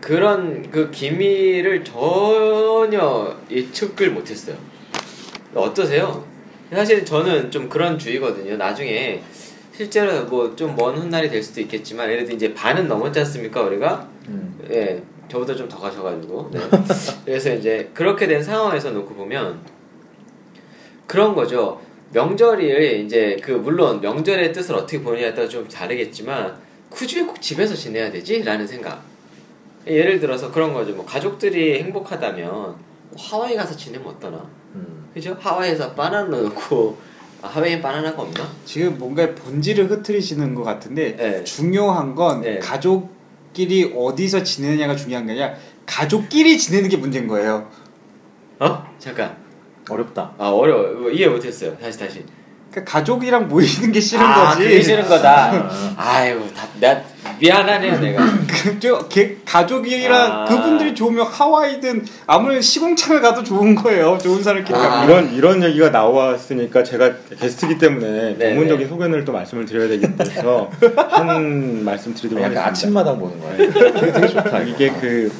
S3: 그런 그 기미를 전혀 예측을 못했어요. 어떠세요? 사실 저는 좀 그런 주의거든요. 나중에 실제로 뭐 좀 먼 훗날이 될 수도 있겠지만 예를 들어 이제 반은 넘었지 않습니까 우리가
S1: 음.
S3: 예 저보다 좀 더 가셔가지고 네. 그래서 이제 그렇게 된 상황에서 놓고 보면 그런 거죠. 명절이 이제 그 물론 명절의 뜻을 어떻게 보느냐에 따라 좀 다르겠지만 굳이 왜 꼭 집에서 지내야 되지?라는 생각. 예를 들어서 그런 거죠. 뭐 가족들이 행복하다면 하와이 가서 지내면 어떠나?
S1: 음.
S3: 그죠? 하와이에서 바나나 넣고 아, 하와이엔 바나나가 없나?
S4: 지금 뭔가 본질을 흐트리시는 것 같은데
S3: 네.
S4: 중요한 건
S3: 네.
S4: 가족끼리 어디서 지내느냐가 중요한 게 아니라 가족끼리 지내는 게 문제인 거예요.
S3: 어? 잠깐.
S1: 어렵다.
S3: 아 어려워. 뭐 이해 못했어요. 다시 다시.
S4: 그러니까 가족이랑 모이는 게 싫은
S3: 아,
S4: 거지.
S3: 그게 싫은 거다.
S1: 아.
S3: 아이고 다, 나 미안하네요 내가.
S4: 그죠? 걔- 가족이랑
S3: 아.
S4: 그분들이 좋으면 하와이든 아무리 시공창을 가도 좋은 거예요. 좋은 사람끼리.
S3: 아.
S4: 아.
S2: 이런 이런 얘기가 나왔으니까 제가 게스트이기 때문에
S3: 네,
S2: 전문적인
S3: 네.
S2: 소견을 또 말씀을 드려야 되기 때문에 한 말씀 드리도록
S1: 약간
S2: 하겠습니다.
S1: 아침마당 보는 거야. 되게, 되게 좋다. 이거.
S2: 이게 그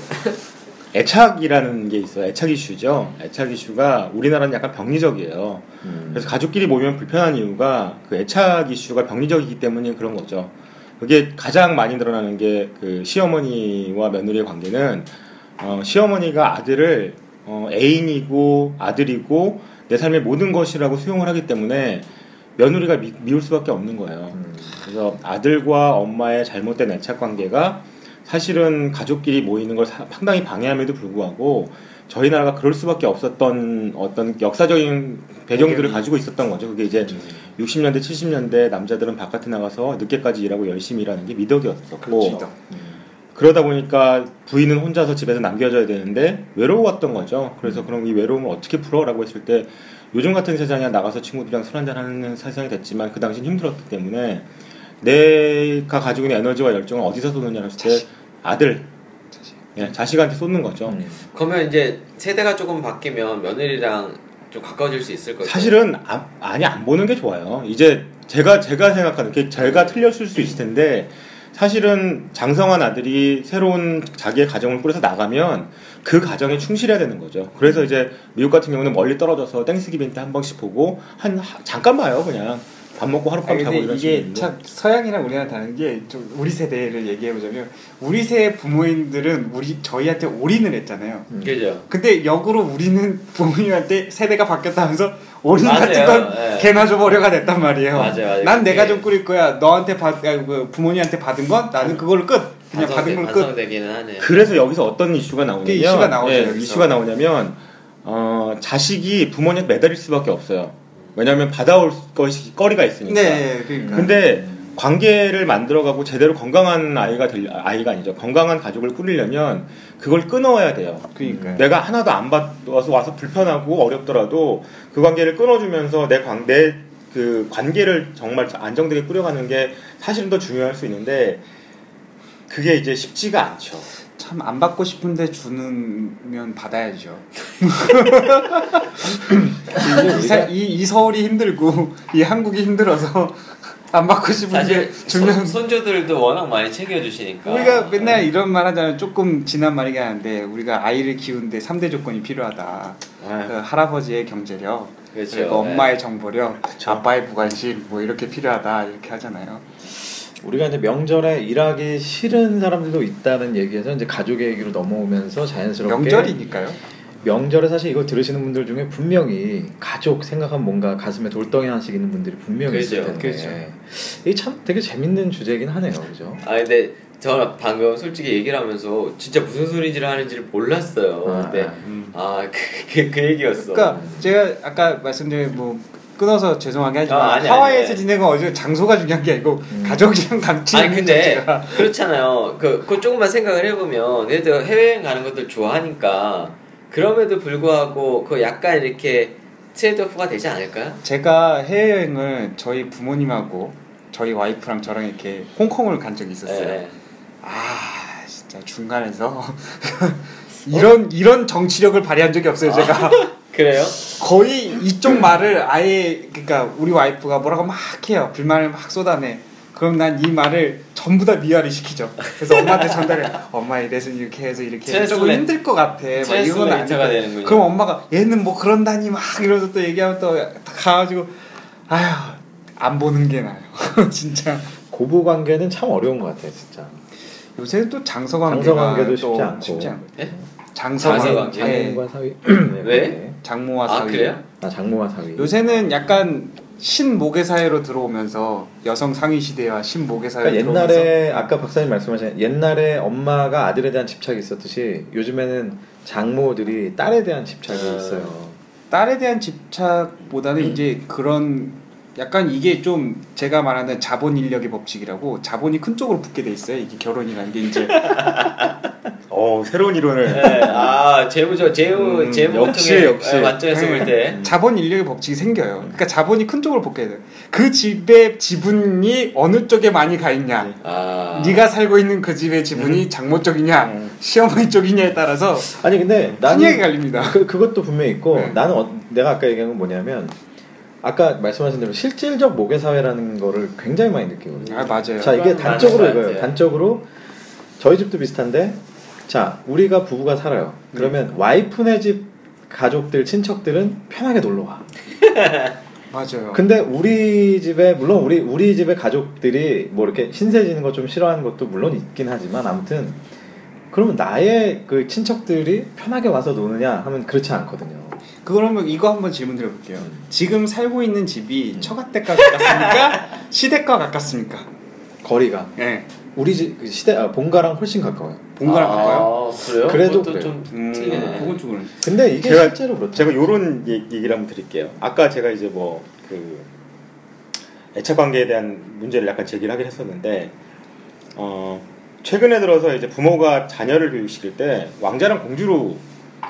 S2: 애착이라는 게 있어요. 애착 이슈죠. 애착 이슈가 우리나라는 약간 병리적이에요.
S1: 음.
S2: 그래서 가족끼리 모이면 불편한 이유가 그 애착 이슈가 병리적이기 때문에 그런 거죠. 그게 가장 많이 드러나는 게 그 시어머니와 며느리의 관계는 어, 시어머니가 아들을 어, 애인이고 아들이고 내 삶의 모든 것이라고 수용을 하기 때문에 며느리가 미, 미울 수밖에 없는 거예요.
S1: 음.
S2: 그래서 아들과 엄마의 잘못된 애착 관계가 사실은 가족끼리 모이는 걸 사- 상당히 방해함에도 불구하고 저희 나라가 그럴 수밖에 없었던 어떤 역사적인 배경들을
S4: 배경이. 음.
S2: 가지고 있었던 거죠. 그게 이제 60년대, 70년대 남자들은 바깥에 나가서 늦게까지 일하고 열심히 일하는 게 미덕이었었고
S4: 그렇죠.
S2: 그러다 보니까 부인은 혼자서 집에서 남겨져야 되는데 외로웠던 거죠. 그래서
S4: 음.
S2: 그럼 이 외로움을 어떻게 풀어라고 했을 때 요즘 같은 세상에 나가서 친구들이랑 술 한잔 하는 세상이 됐지만 그 당시는 힘들었기 때문에 내가 가지고 있는 에너지와 열정을 어디서 쏟느냐 했을 때 아들 예, 자식한테 쏟는 거죠.
S1: 음.
S3: 그러면 이제 세대가 조금 바뀌면 며느리랑 좀 가까워질 수 있을 거예요.
S2: 사실은 아, 많이 안 보는 게 좋아요. 이제 제가 제가 생각하는 게 제가 틀렸을 수 있을 텐데 사실은 장성한 아들이 새로운 자기의 가정을 꾸려서 나가면 그 가정에 충실해야 되는 거죠. 그래서 이제 미국 같은 경우는 멀리 떨어져서 땡스기빙 때 한 번씩 보고 한 하- 잠깐 봐요 그냥 밥 먹고 하룻밤 자고
S4: 근데
S2: 이런
S4: 이게
S2: 식으로.
S4: 참 서양이랑 우리랑 다른 게 좀 우리 세대를 얘기해 보자면 우리 세대 부모님들은 우리 저희한테 올인을 했잖아요.
S3: 그죠.
S4: 근데 역으로 우리는 부모님한테 세대가 바뀌었다면서 올인
S3: 맞아요.
S4: 같은 건
S3: 예.
S4: 개나 줘버려가 됐단 말이에요.
S3: 맞아요, 맞아요.
S4: 난 내가
S3: 그게-
S4: 좀 꾸릴 거야. 너한테 받, 아니, 그 부모님한테 받은 건 나는 그걸로 끝. 그냥
S3: 반성되,
S4: 받은 걸로 끝.
S3: 반성되기는 하네요.
S2: 그래서 여기서 어떤 이슈가 나오냐면
S4: 이게 이슈가 나오죠,
S2: 예,
S4: 여기서.
S2: 이슈가 나오냐면 어, 자식이 부모님한테 매달릴 수밖에 없어요. 왜냐하면 받아올 것이 거리가 있으니까.
S4: 네, 그러니까.
S2: 근데 관계를 만들어가고 제대로 건강한 아이가 될 아이가 아니죠. 건강한 가족을 꾸리려면 그걸 끊어야 돼요.
S4: 그러니까요.
S2: 내가 하나도 안 받아서 와서 불편하고 어렵더라도 그 관계를 끊어주면서 내 관, 내그 관계를 정말 안정되게 꾸려가는 게 사실은 더 중요할 수 있는데 그게 이제 쉽지가 않죠.
S4: 참 안 받고 싶은데 주면 받아야죠. 이, 사- 이, 이 서울이 힘들고 이 한국이 힘들어서 안 받고 싶은 게
S3: 사실 네.
S4: 중요한
S3: 손, 손주들도 워낙 많이 챙겨주시니까
S4: 우리가 맨날 이런 말 하잖아요. 조금 지난 말이긴 한데 우리가 아이를 키우는데 3대 조건이 필요하다.
S1: 네.
S3: 네.
S4: 그
S2: 아유,
S4: 할아버지의 경제력,
S3: 그렇죠.
S4: 그리고
S3: 네.
S4: 엄마의 정보력,
S1: 그렇죠.
S4: 아빠의 무관심 뭐 이렇게 필요하다 이렇게 하잖아요.
S1: 우리가 이제 명절에 일하기 싫은 사람들도 있다는 얘기에서 이제 가족의 얘기로 넘어오면서 자연스럽게
S4: 명절이니까요.
S1: 명절에 사실 이거 들으시는 분들 중에 분명히 가족 생각하면 뭔가 가슴에 돌덩이 하나씩 있는 분들이 분명히 있을
S3: 그죠,
S1: 텐데 이게 참 되게 재밌는 주제이긴 하네요, 그죠?
S3: 아 근데 저 방금 솔직히 얘기를 하면서 진짜 무슨 소리지를 하는지를 몰랐어요.
S1: 아,
S3: 근데
S1: 아.
S2: 음.
S3: 아그그 그, 그 얘기였어.
S4: 그러니까 제가 아까 말씀드린 뭐 끊어서 죄송하게 하지만
S3: 아, 아니,
S4: 하와이에서
S3: 아니.
S4: 지내는 건 어제 장소가 중요한 게 아니고
S1: 음.
S4: 가족이랑 같이
S3: 아니
S4: 있는
S3: 근데
S4: 자체가
S3: 그렇잖아요. 그, 그 조금만 생각을 해보면 예를 들어 해외여행 가는 것들 좋아하니까 그럼에도 불구하고 그 약간 이렇게 트레이드오프가 되지 않을까요?
S4: 제가 해외여행을 저희 부모님하고 저희 와이프랑 저랑 이렇게 홍콩을 간 적이 있었어요.
S3: 네.
S4: 아 진짜 중간에서 이런 이런 정치력을 발휘한 적이 없어요
S3: 아.
S4: 제가
S3: 그래요?
S4: 거의 이쪽 말을 아예 그러니까 우리 와이프가 뭐라고 막 해요 불만을 막 쏟아내 그럼 난 이 말을 전부 다 미화를 시키죠 그래서 엄마한테 전달해 엄마 이래서 이렇게 해서 이렇게 해서 조금
S3: 트랜스맨.
S4: 힘들 것 같아 막 이런 건 아니고
S3: 트랜스레이터가 되는군요.
S4: 그럼 엄마가 얘는 뭐 그런다니 막 이러면서 또 얘기하면 또 가가지고 아휴 안 보는 게 나아요 진짜
S1: 고부 관계는 참 어려운 것 같아요, 진짜.
S4: 요새 또
S1: 장서
S4: 장서 관계가
S1: 관계도
S4: 또
S1: 쉽지 않고.
S4: 쉽지 않고
S3: 예?
S4: 장서
S3: 장서
S4: 관계
S3: 관계.
S4: 예,
S1: 장모와 사위. 네,
S3: 왜?
S1: 그런데.
S4: 장모와
S3: 아
S4: 사위
S3: 그래요?
S1: 아 장모와 사위.
S4: 요새는 약간 신모계 사회로 들어오면서 여성 상위 시대와 신모계 사회로
S1: 그러니까
S4: 들어오면서
S1: 옛날에 아까 박사님 말씀하신 옛날에 엄마가 아들에 대한 집착이 있었듯이 요즘에는 장모들이 딸에 대한 집착이
S3: 음.
S1: 있어요.
S4: 딸에 대한 집착보다는
S1: 음.
S4: 이제 그런 약간 이게 좀 제가 말하는 자본 인력의 법칙이라고 자본이 큰 쪽으로 붙게 돼 있어요. 이게 결혼이라는 게 이제
S2: 어 새로운 이론을
S3: 네. 아 재무 저 재무
S2: 음,
S3: 재무
S2: 역시,
S3: 통해
S2: 역시.
S3: 만점에서 볼
S1: 네.
S3: 때.
S4: 자본 인력의 법칙이
S1: 음.
S4: 생겨요. 그러니까 자본이 큰 쪽으로 붙게 돼요. 그 집의 지분이 어느 쪽에 많이 가 있냐.
S2: 네.
S3: 아
S4: 네가 살고 있는 그 집의 지분이 장모 쪽이냐
S2: 음.
S4: 시어머니 쪽이냐에 따라서
S1: 아니 근데 나는
S4: 분야가 갈립니다.
S1: 그, 그것도 분명히 있고
S4: 네.
S1: 나는 어- 내가 아까 얘기한 건 뭐냐면 아까 말씀하신 대로 실질적 모계 사회라는 거를 굉장히 많이 느끼거든요.
S4: 아 맞아요.
S1: 음. 자 이게
S3: 그건
S1: 단적으로
S3: 맞는 것
S1: 이거예요. 네.
S3: 같아요.
S1: 단적으로 저희 집도 비슷한데 자 우리가 부부가 살아요. 그러면 와이프네 집 가족들 친척들은 편하게 놀러 와.
S4: 맞아요.
S1: 근데 우리 집에 물론 우리 우리 집에 가족들이 뭐 이렇게 신세 지는 거 좀 싫어하는 것도 물론 있긴 하지만 아무튼 그러면 나의 그 친척들이 편하게 와서 노느냐 하면 그렇지 않거든요.
S4: 그러면 이거 한번 질문 드려볼게요.
S1: 음.
S4: 지금 살고 있는 집이
S1: 음.
S4: 처가댁과 가깝습니까? 시댁과 가깝습니까?
S1: 거리가
S4: 예.
S1: 우리 집그 시대 아, 본가랑 훨씬 가까워요.
S4: 본가랑 가까요?
S3: 아, 그래요?
S1: 그래도
S3: 그것도
S1: 그래요.
S3: 좀
S4: 음,
S3: 틀리네.
S4: 그건 좀 그러네.
S1: 근데 이게
S2: 제가-
S1: 실제로 그렇죠.
S2: 제가 요런 얘- 얘기를 한번 드릴게요. 아까 제가 이제 뭐 그 애착 관계에 대한 문제를 약간 제기를 하긴 했었는데 어 최근에 들어서 이제 부모가 자녀를 교육시킬 때 왕자랑 공주로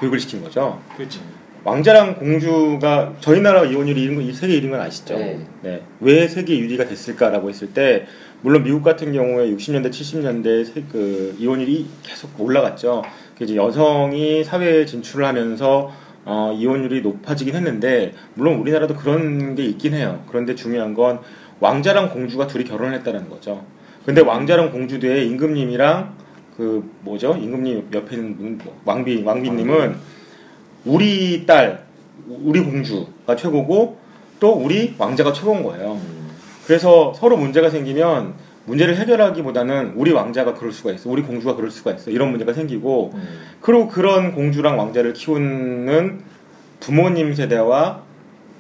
S2: 교육을 시킨 거죠.
S4: 그렇죠.
S2: 왕자랑 공주가 저희 나라 이혼율이 이런 거, 이 세계 1인 건 아시죠?
S3: 네.
S2: 네. 왜 세계 1위가 됐을까라고 했을 때 물론 미국 같은 경우에 60년대, 70년대 세- 그 이혼율이 계속 올라갔죠. 그 이제 여성이 사회에 진출을 하면서 어, 이혼율이 높아지긴 했는데 물론 우리나라도 그런 게 있긴 해요. 그런데 중요한 건 왕자랑 공주가 둘이 결혼을 했다는 거죠. 근데 왕자랑 공주 뒤에 임금님이랑 그 뭐죠? 임금님 옆에 있는 분, 왕비 왕비님은 우리 딸, 우리 공주가 최고고 또 우리 왕자가 최고인 거예요. 그래서 서로 문제가 생기면 문제를 해결하기보다는 우리 왕자가 그럴 수가 있어, 우리 공주가 그럴 수가 있어 이런 문제가 생기고
S1: 음.
S2: 그리고 그런 공주랑 왕자를 키우는 부모님 세대와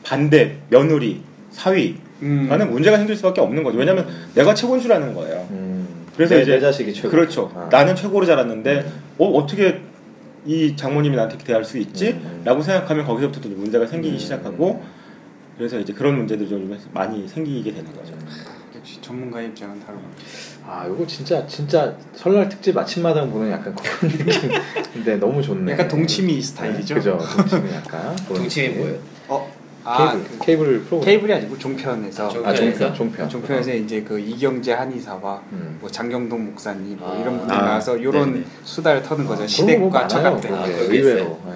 S2: 반대 며느리 사위
S4: 음.
S2: 가는 문제가 생길 수밖에 없는 거죠. 왜냐하면 내가 최고인 줄 아는 거예요.
S1: 음.
S2: 그래서
S1: 내-
S2: 이제-
S1: 내 자식이 최고.
S2: 그렇죠.
S1: 아.
S2: 나는 최고로 자랐는데
S1: 음.
S2: 어, 어떻게 이 장모님이 나한테 대할 수 있지?
S1: 음.
S2: 라고 생각하면 거기서부터 좀 문제가 생기기
S1: 음.
S2: 시작하고 그래서 이제 그런 문제들이 좀 많이 생기게 되는 거죠.
S1: 뭐-
S4: 역시 전문가의 입장은 다르고.
S1: 아, 요거 진짜 진짜 설날 특집 마침마당 보는 약간 그런 느낌. 근데 너무 좋네.
S4: 약간 동치미 스타일이죠.
S1: 그죠. 동치미 약간. 그런
S3: 동치미
S1: 느낌.
S3: 뭐예요?
S4: 어. 아,
S1: 케이블
S4: 그
S1: 케이블 프로.
S4: 케이블이 아니고 종편에서
S3: 종-
S1: 아,
S3: 종편에서?
S1: 종편. 종편. 어.
S4: 종편에서 이제 그 이경재 한의사와
S1: 음.
S4: 뭐 장경동 목사님 뭐
S3: 아.
S4: 이런 분들
S2: 아,
S4: 나와서 이런
S2: 네네.
S4: 수다를 터는 거죠.
S1: 아, 그런 거
S4: 시댁과
S1: 많아요,
S4: 처갓댁.
S1: 그런 게
S3: 아, 그런 게
S1: 의외로. 예.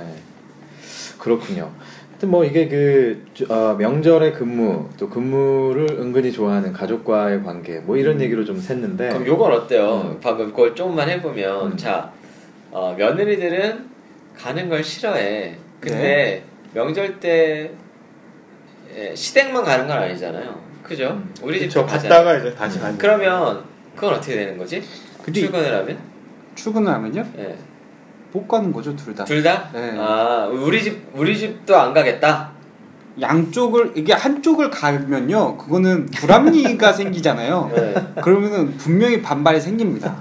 S1: 그렇군요. 하여튼 뭐 이게 그 어, 명절에 근무 또 근무를 은근히 좋아하는 가족과의 관계 뭐 이런 얘기로 좀 샜는데
S3: 그럼 요건 어때요?
S1: 네. 음.
S3: 방금 그걸 조금만 해보면
S1: 음.
S3: 자 어, 며느리들은 가는 걸 싫어해. 근데 명절 때 예, 시댁만 가는 건 아니잖아요. 그죠?
S1: 음.
S3: 우리
S2: 저
S3: 집도 가잖아요.
S2: 갔다가 이제 다시 가는
S3: 그러면 그건 어떻게 되는 거지?
S4: 근데
S3: 출근을 하면?
S4: 출근을 하면요?
S3: 예.
S4: 못 가는 거죠 둘 다.
S3: 둘 다?
S4: 네.
S3: 아 우리 집 우리 집도 안 가겠다.
S4: 양쪽을 이게 한쪽을 가면요 그거는 불합리가 생기잖아요.
S3: 네.
S4: 그러면은 분명히 반발이 생깁니다.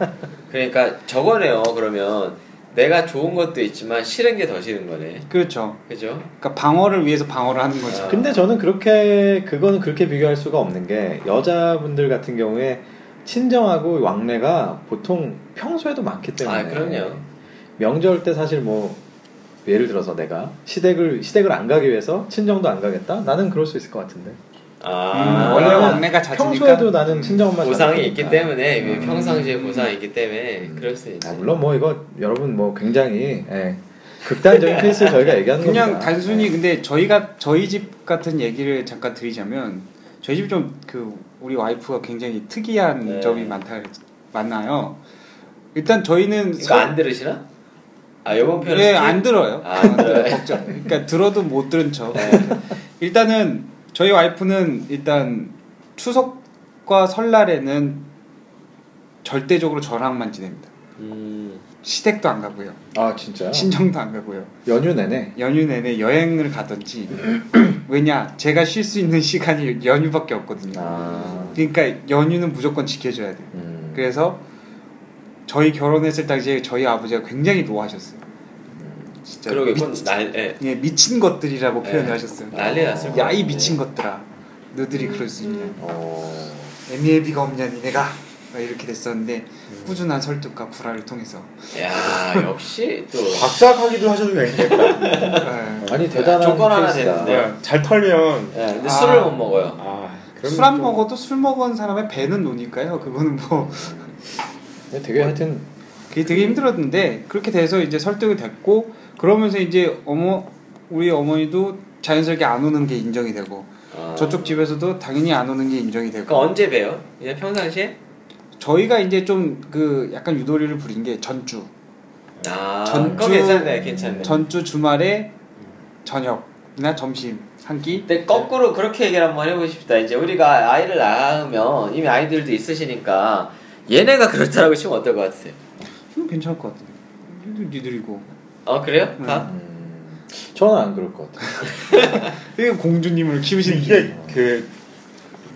S3: 그러니까 저거네요. 그러면 내가 좋은 것도 있지만 싫은 게 더 싫은 거네.
S4: 그렇죠.
S3: 그죠?
S4: 그러니까 방어를 위해서 방어를 하는
S3: 아,
S4: 거죠.
S1: 근데 저는 그렇게 그거는 그렇게 비교할 수가 없는 게 여자분들 같은 경우에 친정하고 왕래가 보통 평소에도 많기 때문에
S3: 아, 그럼요.
S1: 명절 때 사실 뭐 예를 들어서 내가 시댁을 시댁을 안 가기 위해서 친정도 안 가겠다 나는 그럴 수 있을 것 같은데
S3: 아
S4: 음, 원래
S1: 왜냐면
S4: 왕래가 잦으니까
S1: 평소에도 나는 친정엄마
S3: 음, 보상이 있기 때문에 그
S1: 음.
S3: 평상시에 보상이 있기 때문에 그럴 수 있지.
S1: 아, 물론 뭐 이거 여러분 뭐 굉장히 예, 극단적인 케이스 저희가 얘기하는
S4: 그냥
S1: 겁니다.
S4: 단순히
S3: 네.
S1: 예.
S4: 근데 저희가 저희 집 같은 얘기를 잠깐 드리자면 저희 집 좀 그 우리 와이프가 굉장히 특이한
S3: 네.
S4: 점이 많다 많나요. 일단 저희는
S3: 이거 안 들으시나? 아 요번 편은
S4: 네,
S3: 스킵?
S4: 안 들어요.
S3: 아, 안 들어요.
S4: 걱정. 그러니까 들어도 못 들은 척. 네. 일단은 저희 와이프는 일단 추석과 설날에는 절대적으로 저랑만 지냅니다.
S3: 음,
S4: 시댁도 안 가고요.
S1: 아 진짜요? 네.
S4: 친정도 안 가고요.
S1: 연휴 내내
S4: 연휴 내내 여행을 가든지 왜냐 제가 쉴 수 있는 시간이 연휴밖에 없거든요.
S1: 아,
S4: 그러니까 연휴는 무조건 지켜줘야 돼요.
S1: 음.
S4: 그래서 저희 결혼했을 당시에 저희 아버지가 굉장히 노하셨어요.
S1: 음.
S4: 진짜
S3: 그러게
S4: 미,
S3: 그건 날 예.
S4: 예, 미친 것들이라고
S3: 네.
S4: 표현을 하셨어요.
S3: 난리 났을 네. 음.
S4: 야 이
S3: 것
S4: 미친
S3: 같은데.
S4: 것들아, 너들이 그럴 수 있냐?
S1: 어...
S4: 애미애비가 없냐 니네가? 막 이렇게 됐었는데 꾸준한 설득과 구라를 통해서
S3: 음. 야 역시 또
S2: 아. 박사학위도 하셔도 되겠다.
S4: 예.
S1: 아니 대단한
S3: 조건 하나
S1: 케이스다.
S3: 되는데요.
S2: 잘 털면
S3: 예, 근데
S4: 아.
S3: 술을 못 먹어요.
S2: 아 그럼
S4: 술안
S2: 좀-
S4: 먹어도 술 먹은 사람의 배는 노니까요. 그거는 뭐
S1: 근데 되게 하여튼
S4: 그게 되게 힘들었는데 그렇게 돼서 이제 설득이 됐고 그러면서 이제 어머 우리 어머니도 자연스럽게 안 오는 게 인정이 되고
S3: 아.
S4: 저쪽 집에서도 당연히 안 오는 게 인정이
S3: 그러니까
S4: 되고
S3: 언제 봬요? 그냥 평상시에?
S4: 저희가 이제 좀 그 약간 유도리를 부린 게 전주
S3: 아,
S4: 전주-
S3: 그거 괜찮네, 괜찮네.
S4: 전주 주말에 저녁이나 점심 한 끼
S3: 근데 거꾸로 그렇게 얘기를 한번 해보고 싶다. 이제 우리가 아이를 낳으면 이미 아이들도 있으시니까 얘네가 그렇다라고 치면 어떨 것 같으세요?
S4: 이건 괜찮을 것 같은데 니들- 니들이고
S3: 어 그래요? 다?
S1: 음, 저는 안 그럴 것 같아요.
S4: 이게 공주님을 키우시는
S2: 이게
S4: 게
S2: 그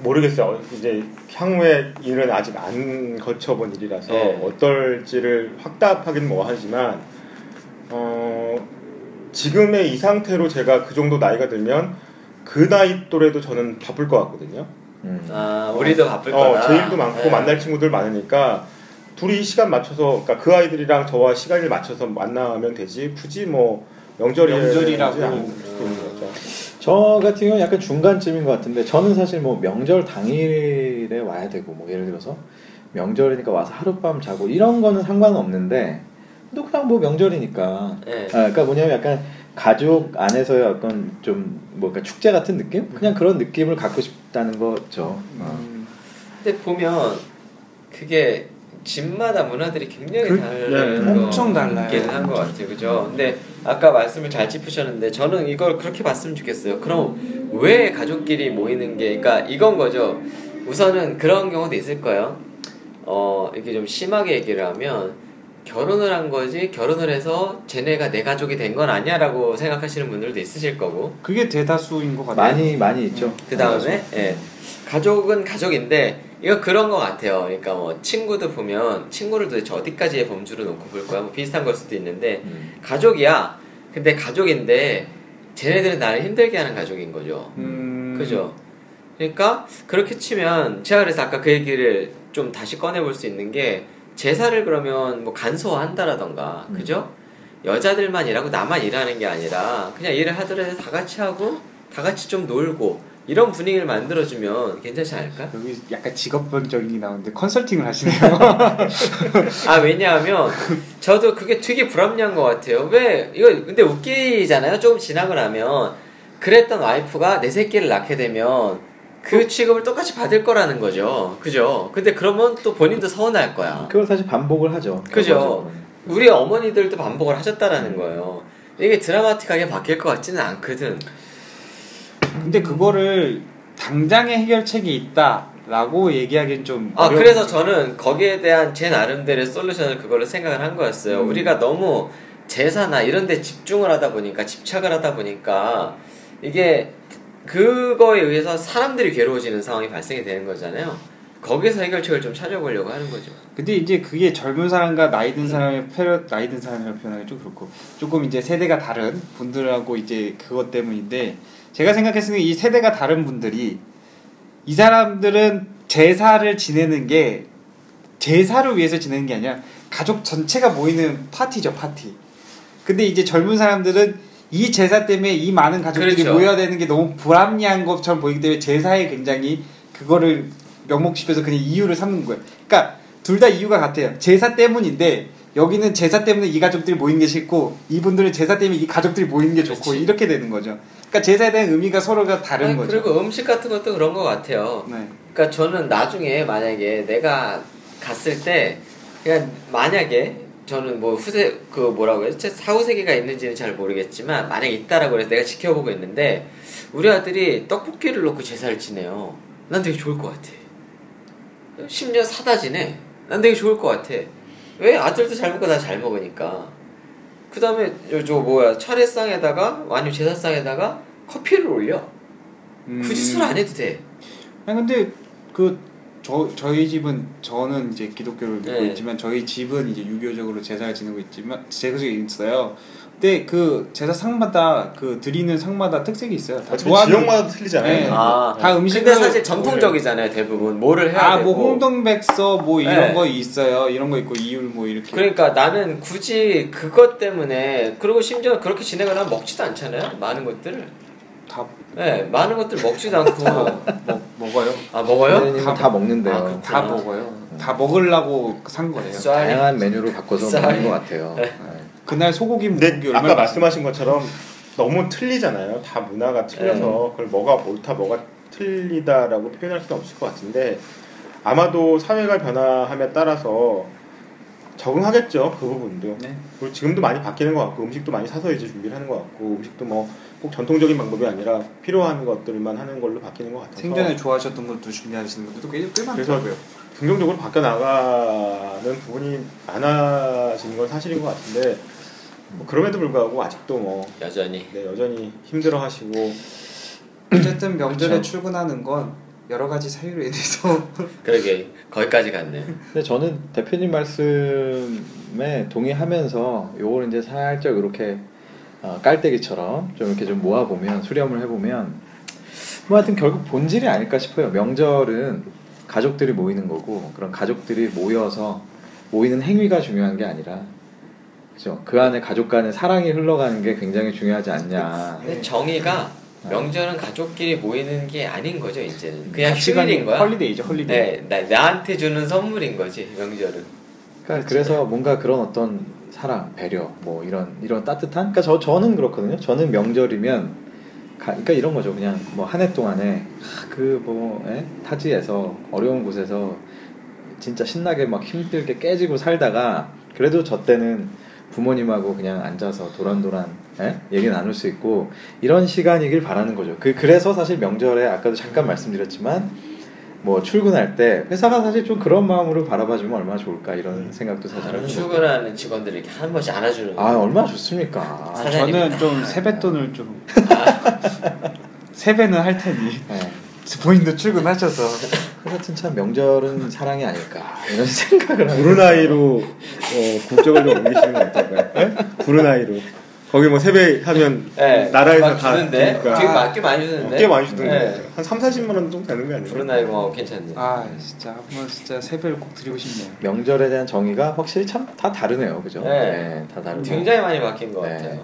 S2: 모르겠어요. 이제 향후에 일은 아직 안 거쳐본 일이라서
S3: 네.
S2: 어떨지를 확답하긴 뭐하지만 어, 지금의 이 상태로 제가 그 정도 나이가 들면 그 나이 또래도 저는 바쁠 것 같거든요.
S1: 음.
S3: 아 우리도 바쁠
S2: 어,
S3: 거다.
S2: 제 일도 많고
S3: 네.
S2: 만날 친구들 많으니까 둘이 시간 맞춰서 그러니까 그 아이들이랑 저와 시간을 맞춰서 만나면 되지 굳이 뭐 명절이라고
S4: 명절이라고.
S2: 거죠.
S1: 저 같은 경우는 약간 중간쯤인 것 같은데 저는 사실 뭐 명절 당일에 와야 되고 뭐 예를 들어서 명절이니까 와서 하룻밤 자고 이런 거는 상관없는데 또 그냥 뭐 명절이니까
S3: 네.
S1: 아, 그러니까 뭐냐면 약간 가족 안에서의 약간 좀뭐 그러니까 축제 같은 느낌?
S3: 음.
S1: 그냥 그런 느낌을 갖고 싶다는 거죠.
S3: 아,
S1: 어.
S4: 음,
S3: 근데 보면 그게 집마다 문화들이 굉장히
S2: 그-
S3: 다른
S2: 예,
S3: 거
S4: 네, 엄청 달라요.
S3: 있기는 한것 같아요, 그죠? 근데 아까 말씀을 잘 짚으셨는데 저는 이걸 그렇게 봤으면 좋겠어요. 그럼 왜 가족끼리 모이는 게, 그러니까 이건 거죠. 우선은 그런 경우도 있을 거예요. 어 이렇게 좀 심하게 얘기를 하면 결혼을 한 거지 결혼을 해서 쟤네가 내 가족이 된 건 아니야라고 생각하시는 분들도 있으실 거고
S4: 그게 대다수인 것 같아요.
S1: 많이 많이 있죠.
S3: 그 음. 다음에 예. 가족은 가족인데 이거 그런 것 같아요. 그러니까 뭐 친구도 보면 친구를 도대체 어디까지의 범주로 놓고 볼 거야? 뭐 비슷한 걸 수도 있는데
S1: 음.
S3: 가족이야. 근데 가족인데 쟤네들은 나를 힘들게 하는 가족인 거죠.
S4: 음,
S3: 그죠? 그러니까 그렇게 치면 제가 그래서 아까 그 얘기를 좀 다시 꺼내볼 수 있는 게 제사를 그러면 뭐 간소화한다라던가 그죠? 여자들만 일하고 나만 일하는 게 아니라 그냥 일을 하더라도 다 같이 하고 다 같이 좀 놀고 이런 분위기를 만들어주면 괜찮지 않을까?
S4: 여기 약간 직업병적인 게 나오는데 컨설팅을 하시네요.
S3: 아 왜냐하면 저도 그게 되게 불합리한 것 같아요. 왜 이거 근데 웃기잖아요. 조금 지나고 나면 그랬던 와이프가 내 새끼를 낳게 되면 그 취급을 똑같이 받을 거라는 거죠. 그죠? 근데 그러면 또 본인도 서운할 거야.
S1: 그걸 사실 반복을 하죠.
S3: 그죠.
S1: 결과적으로는.
S3: 우리 어머니들도 반복을 하셨다라는 거예요. 이게 드라마틱하게 바뀔 것 같지는 않거든.
S4: 근데 그거를 당장의 해결책이 있다라고 얘기하기엔 좀
S3: 아
S4: 어려운-
S3: 그래서 저는 거기에 대한 제 나름대로의 솔루션을 그걸로 생각을 한 거였어요.
S4: 음.
S3: 우리가 너무 제사나 이런 데 집중을 하다 보니까 집착을 하다 보니까 이게 그거에 의해서 사람들이 괴로워지는 상황이 발생이 되는 거잖아요. 거기서 해결책을 좀 찾아보려고 하는 거죠.
S4: 근데 이제 그게 젊은 사람과 나이
S3: 네.
S4: 든 사람의 패러 나이 든 사람이라 표현하기 좀 그렇고 조금 이제 세대가 다른 분들하고 이제 그것 때문인데 제가 생각했을 때 이 세대가 다른 분들이 이 사람들은 제사를 지내는 게 제사를 위해서 지내는 게 아니라 가족 전체가 모이는 파티죠 파티. 근데 이제 젊은 사람들은 이 제사 때문에 이 많은 가족들이
S3: 그렇죠.
S4: 모여야 되는 게 너무 불합리한 것처럼 보이기 때문에 제사에 굉장히 그거를 명목집에서 그냥 이유를 삼는 거예요. 그러니까 둘 다 이유가 같아요. 제사 때문인데 여기는 제사 때문에 이 가족들이 모이는 게 싫고 이분들은 제사 때문에 이 가족들이 모이는 게 좋고
S3: 그렇지.
S4: 이렇게 되는 거죠. 그러니까 제사에 대한 의미가 서로가 다른
S3: 아니,
S4: 거죠.
S3: 그리고 음식 같은 것도 그런 것 같아요.
S4: 네.
S3: 그러니까 저는 나중에 만약에 내가 갔을 때 그냥 만약에 저는 뭐 후세 그 뭐라고 해야 되 사후 세계가 있는지는 잘 모르겠지만 만약 에 있다라고 해서 내가 지켜보고 있는데 우리 아들이 떡볶이를 놓고 제사를 지내요. 난 되게 좋을 것 같아. 심지어 사다 지내. 난 되게 좋을 것 같아. 왜 아들도 잘 먹고 나 잘 먹으니까. 그 다음에 저, 저 뭐야 차례상에다가 아니면 제사상에다가 커피를 올려. 굳이 술 안 해도 돼.
S4: 아니 근데 그 저 저희 집은 저는 이제 기독교를 믿고
S3: 네.
S4: 있지만 저희 집은 이제 유교적으로 제사를 지내고 있지만 제사가 있어요. 근데 그 제사 상마다 그 드리는 상마다 특색이 있어요. 다
S2: 어차피
S4: 뭐 좋아하는-
S2: 그 지역마다 틀리잖아요.
S4: 네.
S3: 아,
S4: 다 음식을
S3: 근데 사실 전통적이잖아요 대부분 뭐를 해야
S4: 아,
S3: 되고
S4: 뭐 홍동백서 뭐 이런
S3: 네.
S4: 거 있어요. 이런 거 있고 이율 뭐 이렇게.
S3: 그러니까 나는 굳이 그것 때문에 그리고 심지어 그렇게 진행을 하면 먹지도 않잖아요 많은 것들을
S4: 다
S3: 네 많은 것들 먹지도 않고
S4: 먹, 먹어요.
S3: 아 먹어요?
S1: 선생님은
S4: 다-
S1: 다, 먹는데요.
S3: 아, 그렇구나.
S4: 다 먹어요. 다 먹으려고 산 거예요.
S3: 쌀
S1: 다양한 메뉴로 바꿔서
S3: 쌀이.
S1: 먹는 것 같아요. 네.
S4: 그날 소고기
S2: 근데
S4: 묵국이 얼마나
S2: 아까
S4: 맛있-
S2: 말씀하신 것처럼 너무 틀리잖아요. 다 문화가 틀려서
S4: 네.
S2: 그걸 뭐가 옳다 뭐가 틀리다라고 표현할 수는 없을 것 같은데 아마도 사회가 변화함에 따라서 적응하겠죠 그 부분도
S4: 네.
S2: 그리고 지금도 많이 바뀌는 것 같고 음식도 많이 사서 이제 준비를 하는 것 같고 음식도 뭐 꼭 전통적인 방법이 아니라 필요한 것들만 하는 걸로 바뀌는 것 같아서
S4: 생전에 좋아하셨던 것도 준비하시는 분들도 꽤, 꽤 많더라고요.
S2: 그래서 긍정적으로 바뀌어 나가는 부분이 많아진 건 사실인 것 같은데 뭐 그럼에도 불구하고 아직도 뭐
S3: 여전히
S2: 네, 여전히 힘들어하시고
S4: 어쨌든 명절에
S1: 그렇죠.
S4: 출근하는 건 여러 가지 사유로 인해서
S3: 그러게 거기까지 갔네요
S1: 근데 저는 대표님 말씀에 동의하면서 요걸 이제 살짝 이렇게 어, 깔때기처럼 좀 이렇게 좀 모아보면 수렴을 해보면 뭐 하여튼 결국 본질이 아닐까 싶어요. 명절은 가족들이 모이는 거고 그런 가족들이 모여서 모이는 행위가 중요한 게 아니라 그죠? 그 안에 가족 간의 사랑이 흘러가는 게 굉장히 중요하지 않냐.
S3: 근데 정의가 명절은 가족끼리 모이는 게 아닌 거죠 이제는 그냥
S4: 시간이
S3: 휴일인 거야
S4: 헐리데이죠,
S3: 네,
S4: 헐리데이.
S3: 나, 나한테 주는 선물인 거지 명절은
S1: 그러니까 그래서 뭔가 그런 어떤 사랑, 배려, 뭐 이런 이런 따뜻한. 그러니까 저 저는 그렇거든요. 저는 명절이면, 가- 그러니까 이런 거죠. 그냥 뭐 한 해 동안에 그뭐 예? 타지에서 어려운 곳에서 진짜 신나게 막 힘들게 깨지고 살다가 그래도 저 때는 부모님하고 그냥 앉아서 도란도란 예? 얘기 나눌 수 있고 이런 시간이길 바라는 거죠. 그 그래서 사실 명절에 아까도 잠깐 말씀드렸지만 뭐 출근할 때 회사가 사실 좀 그런 마음으로 바라봐주면 얼마나 좋을까 이런 생각도
S4: 아,
S1: 사실 하는 거고.
S3: 음, 아, 출근하는 직원들을 이렇게 한 번씩 안아주는
S1: 아
S3: 거
S1: 얼마나 좋습니까.
S4: 아,
S3: 사장님이
S1: 네.
S4: 저는
S3: 다-
S4: 좀 세뱃돈을 좀
S1: 아.
S4: 세배는 할 테니
S1: 예.
S4: 본인도 출근하셔서
S1: 회사 튼참 명절은 사랑이 아닐까 이런 생각을 하고.
S2: 브루나이로 어, 국적을 좀 옮기시는 거 어떨까요? 예? 브루나이로 거기 뭐 세배하면
S3: 네,
S2: 나라에서
S3: 막
S2: 다
S3: 주는데
S2: 주니까.
S3: 되게 마- 꽤 많이 주는데
S2: 어, 꽤 많이 주던데
S3: 네.
S2: 한 3, 40만 원 정도 되는 거 아니에요?
S3: 브루나이 공화국 괜찮네
S4: 아 진짜 한번 진짜 세배를 꼭 드리고 싶네요.
S1: 명절에 대한 정의가 확실히 참 다 다르네요, 그죠?
S3: 네.
S1: 예, 다 다르고.
S3: 굉장히 많이 바뀐 것
S1: 네.
S3: 같아요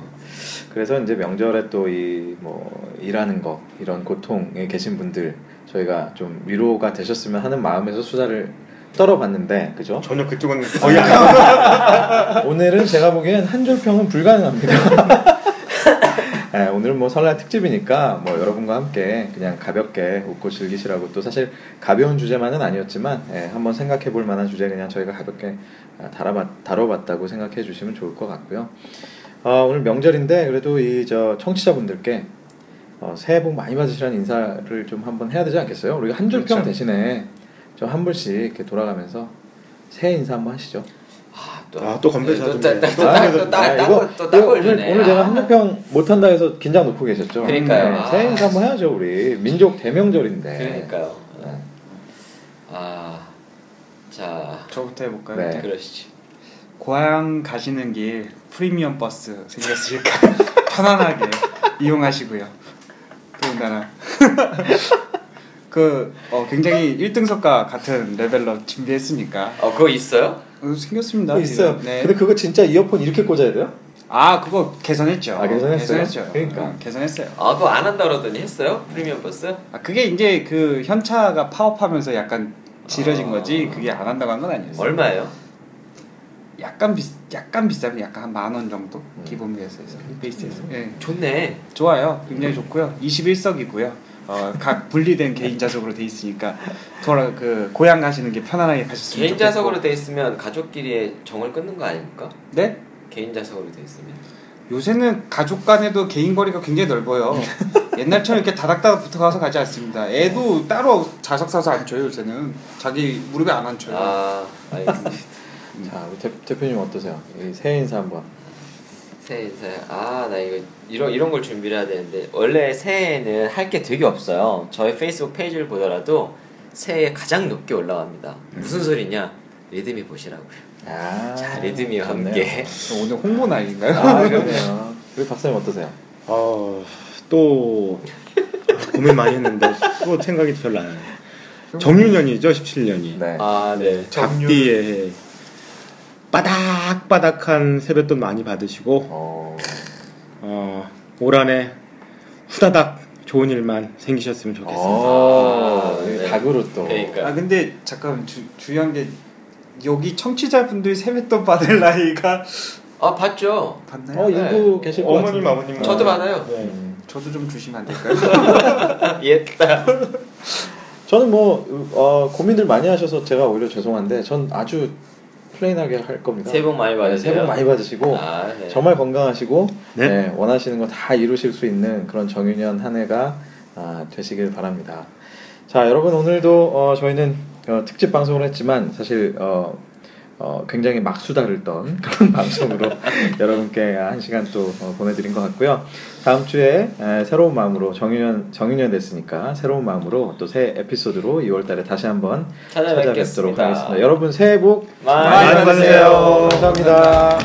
S1: 그래서 이제 명절에 또 이 뭐 일하는 거 이런 고통에 계신 분들 저희가 좀 위로가 되셨으면 하는 마음에서 수다를 떨어봤는데 그죠?
S2: 전혀 그쪽은
S1: 어,
S2: 거의 안
S1: 오늘은 제가 보기엔 한 줄 평은 불가능합니다. 예, 네, 오늘은 뭐 설날 특집이니까 뭐 여러분과 함께 그냥 가볍게 웃고 즐기시라고 또 사실 가벼운 주제만은 아니었지만 예, 한번 생각해 볼 만한 주제 그냥 저희가 가볍게 아, 다뤄봤, 다뤄봤다고 생각해 주시면 좋을 것 같고요. 어, 오늘 명절인데 그래도 이 저 청취자분들께 어, 새해 복 많이 받으시라는 인사를 좀 한번 해야 되지 않겠어요? 우리가 한 줄 평
S4: 그렇죠.
S1: 대신에 좀 한 분씩 이렇게 돌아가면서 새해 인사 한번 하시죠.
S2: 아, 또 건배
S3: 예, 또
S2: 사줬네.
S3: 딴- 또
S2: 아,
S3: 딴-
S2: 이거-
S3: 또 딴-
S1: 아,
S3: 딴
S1: 이거-
S3: 거- 또 딴
S1: 이거
S3: 걸
S1: 오늘,
S3: 주네.
S1: 오늘 제가
S3: 아.
S1: 한줄평 못한다 해서 긴장 놓고 계셨죠. 네,
S3: 그러니까요. 아.
S1: 새해 인사 한번 해야죠 우리 민족 대명절인데.
S3: 그러니까요.
S1: 네.
S3: 아, 자,
S4: 저부터 해볼까요?
S1: 네.
S3: 그러시죠.
S4: 고향 가시는 길 프리미엄 버스 생겼으니까 편안하게 이용하시고요. 더군다나 그 어, 굉장히 1등석과 같은 레벨로 준비했으니까
S3: 어, 그거 있어요?
S4: 어, 생겼습니다.
S1: 그거 있어요.
S4: 네.
S1: 근데 그거 진짜 이어폰 이렇게 꽂아야 돼요?
S4: 아 그거 개선했죠.
S1: 아, 개선했어요?
S4: 개선했죠.
S1: 그러니까.
S4: 어, 개선했어요.
S3: 아, 그거 안 한다 그러더니 했어요? 프리미엄 버스?
S4: 아 그게 이제 그 현차가 파업하면서 약간 지려진 거지 그게 안 한다고 한 건 아니었어요.
S3: 얼마예요?
S4: 약간 비 약간 비싸면 약간 한 만 원 정도
S1: 음.
S4: 기본 베이스에서 베이스에서 예
S3: 좋네.
S4: 좋아요 굉장히 좋고요 21석이고요 어각 분리된 개인 좌석으로 돼 있으니까 돌아 그 고향 가시는 게 편안하게 가셨으면
S3: 개인 좌석으로 돼 있으면 가족끼리의 정을 끊는 거 아닙니까?
S4: 네
S3: 개인 좌석으로 돼 있으면.
S4: 요새는 가족 간에도 개인 거리가 굉장히 넓어요 옛날처럼 이렇게 다닥다닥 붙어 가서 가지 않습니다 애도 따로 좌석 사서 앉혀요 요새는 자기 무릎에 안 앉혀요
S3: 아, 알겠습니다. 음.
S1: 자 우리 대, 대표님 어떠세요? 이 새해 인사 한번.
S3: 새해 인사. 아, 나 이거 이런 이런 걸 준비를 해야 되는데 원래 새해에는 할 게 되게 없어요. 저희 페이스북 페이지를 보더라도 새해 가장 높게 올라갑니다. 무슨 소리냐? 리듬이 보시라고요.
S1: 음. 아,
S3: 자, 리듬이와
S1: 좋네요.
S3: 함께.
S4: 오늘 홍보 날인가요?
S1: 아 그러네요. 우리 박사님 어떠세요?
S2: 아, 또 고민 많이 했는데 또 생각이 별로 안 나요. 정유년이죠, 17년이.
S1: 네.
S3: 아, 네.
S2: 작비의 해. 바닥바닥한 세뱃돈 많이 받으시고
S1: 어,
S2: 어, 올한해 후다닥 좋은 일만 생기셨으면 좋겠습니다.
S1: 어,
S3: 아,
S1: 이게
S3: 네.
S1: 닭으로 또.
S3: 그러니까.
S4: 아 근데 잠깐 주, 중요한 게 여기 청취자분들이 세뱃돈 받을 나이가
S3: 아, 봤죠.
S4: 받나요?
S1: 어 일부 계실 것
S2: 어머님,
S1: 같은데.
S2: 아버님.
S3: 네. 저도 받아요.
S2: 네.
S4: 저도 좀 주시면 안 될까요?
S3: 옛다.
S1: 저는 뭐 어, 고민들 많이 하셔서 제가 오히려 죄송한데 전 아주 플레인하게 할 겁니다.
S3: 새해 복 많이
S1: 네,
S3: 받으세요.
S1: 새해 복 많이 받으시고
S3: 아, 네.
S1: 정말 건강하시고
S2: 네.
S1: 네, 원하시는 거 다 이루실 수 있는 그런 정유년 한 해가 아, 되시길 바랍니다. 자 여러분 오늘도 어, 저희는 어, 특집 방송을 했지만 사실 어, 어, 굉장히 막수다를 떤 그런 방송으로 여러분께 한 시간 또 어, 보내드린 것 같고요. 다음 주에 에, 새로운 마음으로 정유년 정유년 됐으니까 새로운 마음으로 또 새 에피소드로 2월달에 다시 한번
S3: 찾아뵙겠습니다.
S1: 찾아뵙도록 하겠습니다. 여러분 새해 복
S3: 많이
S2: 받으세요.
S1: 감사합니다.